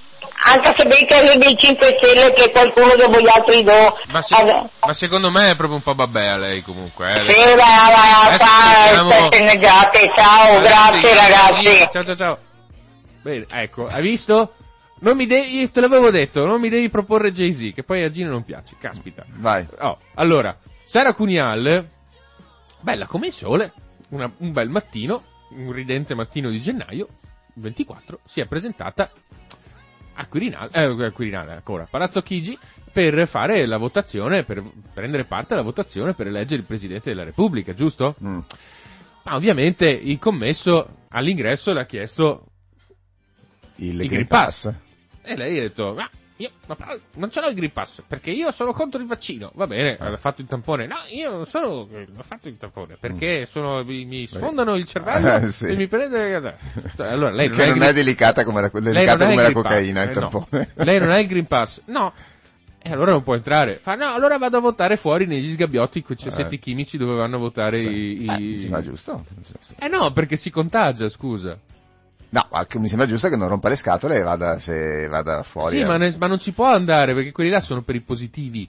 F: anche se ben caso dei 5 Stelle che qualcuno dopo gli altri do.
E: Ma, se- ma secondo me è proprio un po' babbea lei comunque. Eh.
F: Sì, va, va,
E: Adesso
F: va,
E: sentiamo-
F: state negate, ciao, oh, grazie ragazzi.
B: Ciao ciao ciao. Bene, ecco, hai visto? Non mi devi, io te l'avevo detto, non mi devi proporre Jay-Z, che poi a Gino non piace, caspita.
C: Vai.
B: Oh, allora, Sara Cunial, bella come il sole, una- un bel mattino, un ridente mattino di gennaio, 24, si è presentata a Quirinale, eh, a Quirinale ancora, Palazzo Chigi, per fare la votazione, per prendere parte alla votazione per eleggere il Presidente della Repubblica, giusto?
C: Mm.
B: Ma ovviamente il commesso all'ingresso le ha chiesto
C: Il,
B: Green
C: Green Pass.
B: e lei ha detto, ma io ma però non ce l'ho il Green Pass, perché io sono contro il vaccino. Va bene,
C: Ah.
B: ha fatto il tampone. No, io non sono, eh, ho fatto il tampone, perché sono, mi, mi sfondano il cervello
C: Eh, Mm. sì.
B: e mi prende... Cioè, Allora, lei
C: Perché non
B: il
C: è delicata come la,
B: Lei non
C: delicata
B: ha
C: come la
B: il Green
C: cocaina,
B: Pass,
C: il
B: eh, no.
C: tampone.
B: Lei non ha il Green Pass? No. E allora non può entrare. Fa, no, allora vado a votare fuori negli sgabbiotti, quei cessetti
C: Eh.
B: chimici dove vanno a votare i... i-
C: Eh, ma giusto.
B: Eh no, perché si contagia, scusa.
C: No, ma che mi sembra giusto che non rompa le scatole e vada, se, vada fuori.
B: sì,
C: eh.
B: ma, ne- ma non ci può andare, perché quelli là sono per i positivi.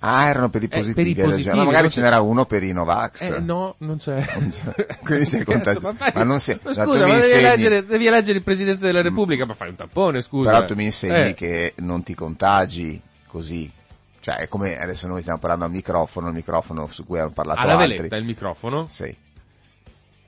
C: Ah, erano per i
B: Eh, per i
C: positivi. hai ragione.
B: positivi,
C: Ma magari
B: non
C: ce
B: si-
C: n'era uno per i Novax.
B: Eh, no, non c'è.
C: Quindi sei
B: Cazzo,
C: contento.
B: ma
C: Ma,
B: fai-
C: non sei... cioè,
B: Ma
C: tu mi
B: scusa, ma devi
C: insegni-
B: eleggere, devi eleggere il Presidente della Repubblica, ma fai un tampone, scusa.
C: Però tu mi insegni
B: Eh,
C: che non ti contagi così. Cioè, è come adesso noi stiamo parlando al microfono, il microfono su cui hanno parlato
B: Ha la
C: altri.
B: veletta il microfono.
C: Sì.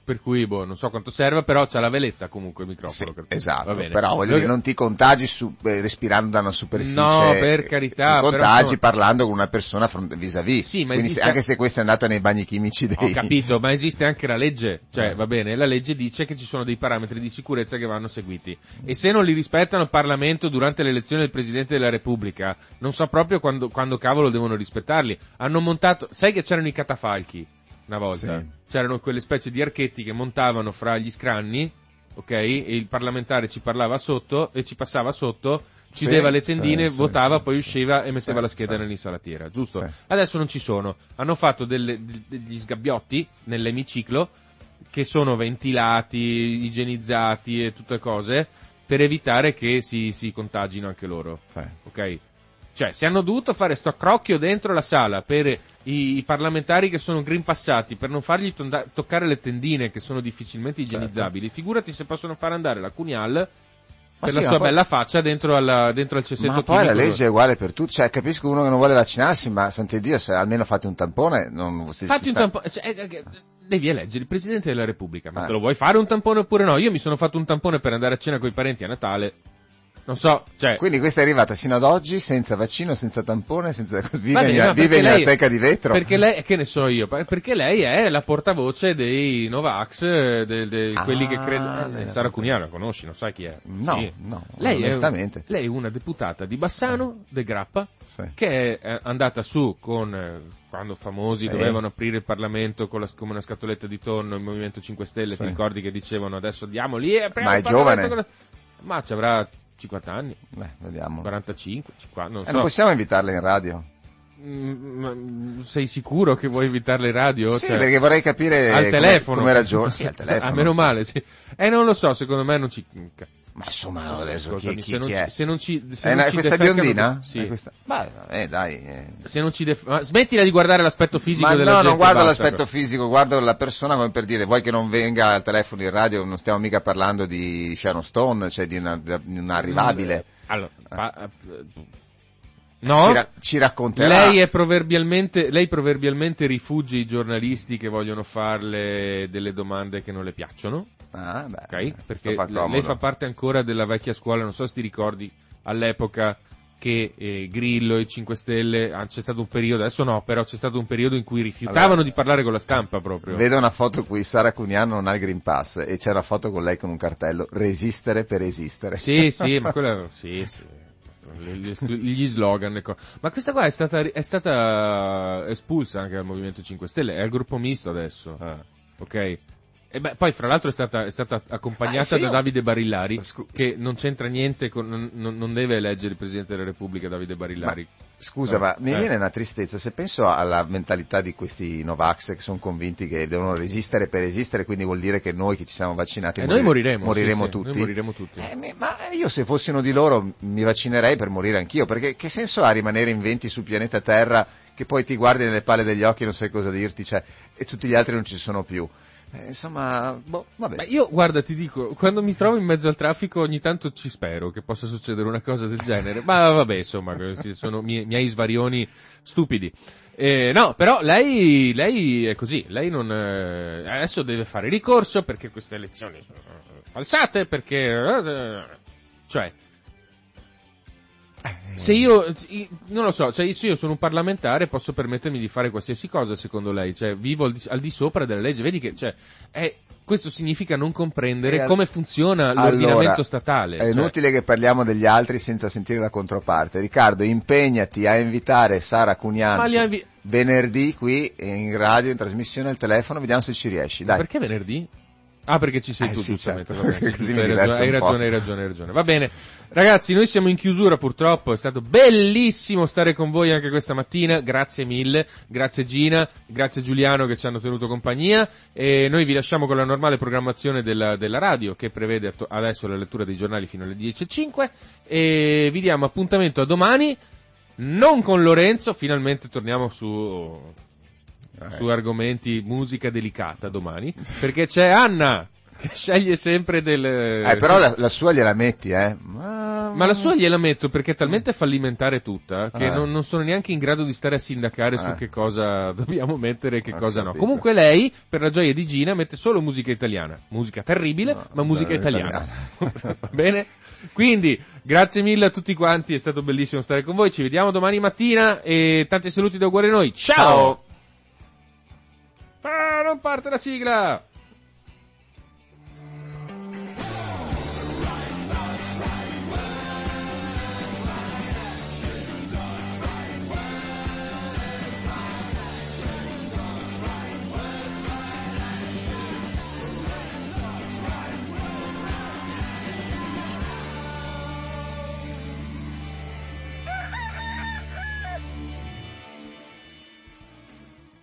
B: Per cui, boh, non so quanto serva, però c'ha la veletta comunque il microfono. credo.
C: Esatto,
B: Va bene.
C: però voglio
B: Noi-
C: dire, non ti contagi su- eh, respirando da una superficie.
B: No, per carità,
C: Ti
B: però
C: contagi
B: sono-
C: parlando con una persona front- vis-à-vis.
B: Sì, ma
C: Quindi se-
B: esiste-
C: anche se questa è andata nei bagni chimici dei... Eh.
B: Ho capito, ma esiste anche la legge, cioè va bene, la legge dice che ci sono dei parametri di sicurezza che vanno seguiti e se non li rispettano il Parlamento durante l'elezione del Presidente della Repubblica, non so proprio quando, quando cavolo devono rispettarli. Hanno montato, sai che c'erano i catafalchi una volta,
C: Sì.
B: c'erano quelle specie di archetti che montavano fra gli scranni, ok, e il parlamentare ci parlava sotto e ci passava sotto,
C: Sì,
B: chiudeva le
C: sì,
B: tendine,
C: sì,
B: votava,
C: sì,
B: poi usciva e metteva
C: sì,
B: la scheda
C: sì.
B: nell'insalatiera, giusto?
C: Sì.
B: Adesso non ci sono. Hanno fatto delle- de- degli sgabbiotti nell'emiciclo che sono ventilati, igienizzati e tutte cose per evitare che si, si contagino anche loro. Ok? Cioè, se hanno dovuto fare sto crocchio dentro la sala per i, i parlamentari che sono green passati, per non fargli tonda- toccare le tendine che sono difficilmente
C: Certo.
B: igienizzabili, figurati se possono far andare la Cunial per
C: sì,
B: la
C: ma
B: sua
C: poi-
B: bella faccia dentro, alla- dentro al cessetto
C: Ma poi la
B: chimico.
C: legge è uguale per tutti, cioè capisco uno che non vuole vaccinarsi, ma santo Dio, se almeno fate un tampone, non si-
B: Fatti
C: si
B: un
C: sta-
B: tampone. cioè, eh, eh, devi eleggere il presidente della Repubblica.
C: Ah.
B: Ma te lo vuoi fare un tampone oppure no? Io mi sono fatto un tampone per andare a cena con i parenti a Natale. Non so, cioè.
C: Quindi questa è arrivata sino ad oggi senza vaccino, senza tampone, senza... vive,
B: va bene,
C: in,
B: no,
C: vive
B: perché
C: in
B: lei-
C: una teca di vetro.
B: Perché lei, che ne so io, per- perché lei è la portavoce dei Novax, eh, de, de- quelli che credono. Eh, Sara Cuniano la conosci, non sai chi è.
C: Ah, No,
B: Sì.
C: no,
B: Lei è,
C: onestamente.
B: lei è una deputata di Bassano, De Grappa, che è eh, andata su con, eh, quando famosi
C: Sì.
B: dovevano aprire il Parlamento con la- come una scatoletta di tonno, il Movimento 5 Stelle,
C: Sì.
B: ti ricordi che dicevano adesso andiamo lì e apriamo
C: Ma è
B: il Parlamento
C: giovane?
B: con la- Ma ci avrà 50 anni,
C: Beh, vediamo.
B: 45, 50, non
C: Eh,
B: so.
C: non possiamo invitarla in radio?
B: Mm, ma Sei sicuro che vuoi invitarle in radio?
C: Sì,
B: Cioè,
C: perché vorrei capire
B: al
C: come-
B: telefono.
C: come ragiona. Sì, al telefono,
B: ah, meno
C: sì.
B: male, sì. Eh, non lo so, secondo me non ci...
C: Ma insomma, no, adesso chi,
B: Ascoltami,
C: chi,
B: se non
C: chi
B: ci-
C: è? Eh,
B: se non ci- se
C: è
B: non
C: una-
B: ci
C: questa
B: defecano-
C: biondina?
B: Sì.
C: È questa- Ma eh, dai. eh.
B: Se non ci def- ma smettila di guardare l'aspetto fisico
C: Ma
B: della
C: no,
B: gente,
C: non guardo
B: basta,
C: l'aspetto fisico, guardo la persona come per dire, vuoi che non venga al telefono in radio, non stiamo mica parlando di Sharon Stone, cioè di una, di
B: Mm,
C: una arrivabile. Eh.
B: Allora, pa- eh, No?
C: Ci, ra- ci racconterà.
B: Lei, è proverbialmente, lei proverbialmente rifugia i giornalisti che vogliono farle delle domande che non le piacciono.
C: Ah, beh,
B: eh. ok? Perché
C: fa
B: le-
C: comodo.
B: lei fa parte ancora della vecchia scuola, non so se ti ricordi all'epoca che eh, Grillo e 5 Stelle, ah, c'è stato un periodo, adesso no, però c'è stato un periodo in cui rifiutavano
C: Allora,
B: di parlare con la stampa proprio.
C: Vedo una foto qui, Sara Cuniano non ha il Green Pass e c'è una foto con lei con un cartello, resistere per esistere.
B: Sì, sì, ma quella, sì, sì. Le- le- Gli slogan, le co- ma questa qua è stata, è stata eh, espulsa anche dal Movimento 5 Stelle, è al gruppo misto adesso,
C: Eh.
B: ok? E beh, poi fra l'altro è stata, è stata accompagnata
C: Ah, sì,
B: da
C: io-
B: Davide Barillari, che non c'entra niente con, non, non deve eleggere il Presidente della Repubblica Davide Barillari.
C: Scusa,
B: Eh,
C: ma mi
B: eh.
C: viene una tristezza se penso alla mentalità di questi Novax che sono convinti che devono resistere per esistere, quindi vuol dire che noi che ci siamo vaccinati
B: E Eh, noi
C: mori-
B: moriremo, sì, sì, noi
C: tutti. Eh,
B: moriremo tutti.
C: Ma io se fossi uno di loro mi vaccinerei per morire anch'io, perché che senso ha rimanere in 20 sul pianeta Terra che poi ti guardi nelle palle degli occhi e non sai cosa dirti, cioè, e tutti gli altri non ci sono più. Eh, insomma, boh, vabbè.
B: Ma io, guarda, ti dico, quando mi trovo in mezzo al traffico ogni tanto ci spero che possa succedere una cosa del genere, ma vabbè, insomma, ci sono mie- miei svarioni stupidi. Eh, no, però lei, lei è così, lei non, eh, adesso deve fare ricorso perché queste elezioni sono eh, falsate, perché, eh, cioè,
C: Eh,
B: se io, i- non lo so, cioè se io sono un parlamentare posso permettermi di fare qualsiasi cosa secondo lei, cioè vivo al di, al di sopra della legge, vedi che, cioè, è- questo significa non comprendere
C: Eh, al-
B: come funziona
C: Allora, eh,
B: l'ordinamento statale.
C: È
B: cioè.
C: inutile che parliamo degli altri senza sentire la controparte. Riccardo, impegnati a invitare Sara
B: Ma li
C: Cuniano
B: ha invi-
C: venerdì qui in radio, in trasmissione al telefono, vediamo se ci riesci. Dai.
B: Perché venerdì? Ah, perché ci sei
C: Eh
B: tu,
C: sì,
B: giustamente,
C: certo.
B: va bene, sì,
C: Così
B: giusto,
C: mi
B: hai,
C: diverto
B: ragione, hai
C: un po'.
B: ragione, hai ragione, hai ragione. Va bene. Ragazzi, noi siamo in chiusura purtroppo, è stato bellissimo stare con voi anche questa mattina, grazie mille, grazie Gina, grazie Giuliano che ci hanno tenuto compagnia e noi vi lasciamo con la normale programmazione della, della radio che prevede atto- adesso la lettura dei giornali fino alle 10.05 e vi diamo appuntamento a domani, non con Lorenzo, finalmente torniamo su
C: Eh.
B: su argomenti musica delicata domani, perché c'è Anna che sceglie sempre del...
C: Eh, però la, la sua gliela metti, eh. Ma...
B: Ma la sua gliela metto perché è talmente fallimentare tutta che
C: Ah.
B: non, non sono neanche in grado di stare a sindacare su
C: Ah.
B: che cosa dobbiamo mettere e che cosa no.
C: capito.
B: Comunque lei, per la gioia di Gina, mette solo musica italiana. Musica terribile, ma musica
C: no,
B: italiana. Va bene? Quindi, grazie mille a tutti quanti, è stato bellissimo stare con voi. Ci vediamo domani mattina e tanti saluti da uguale noi. Ciao! Ah, non parte la sigla!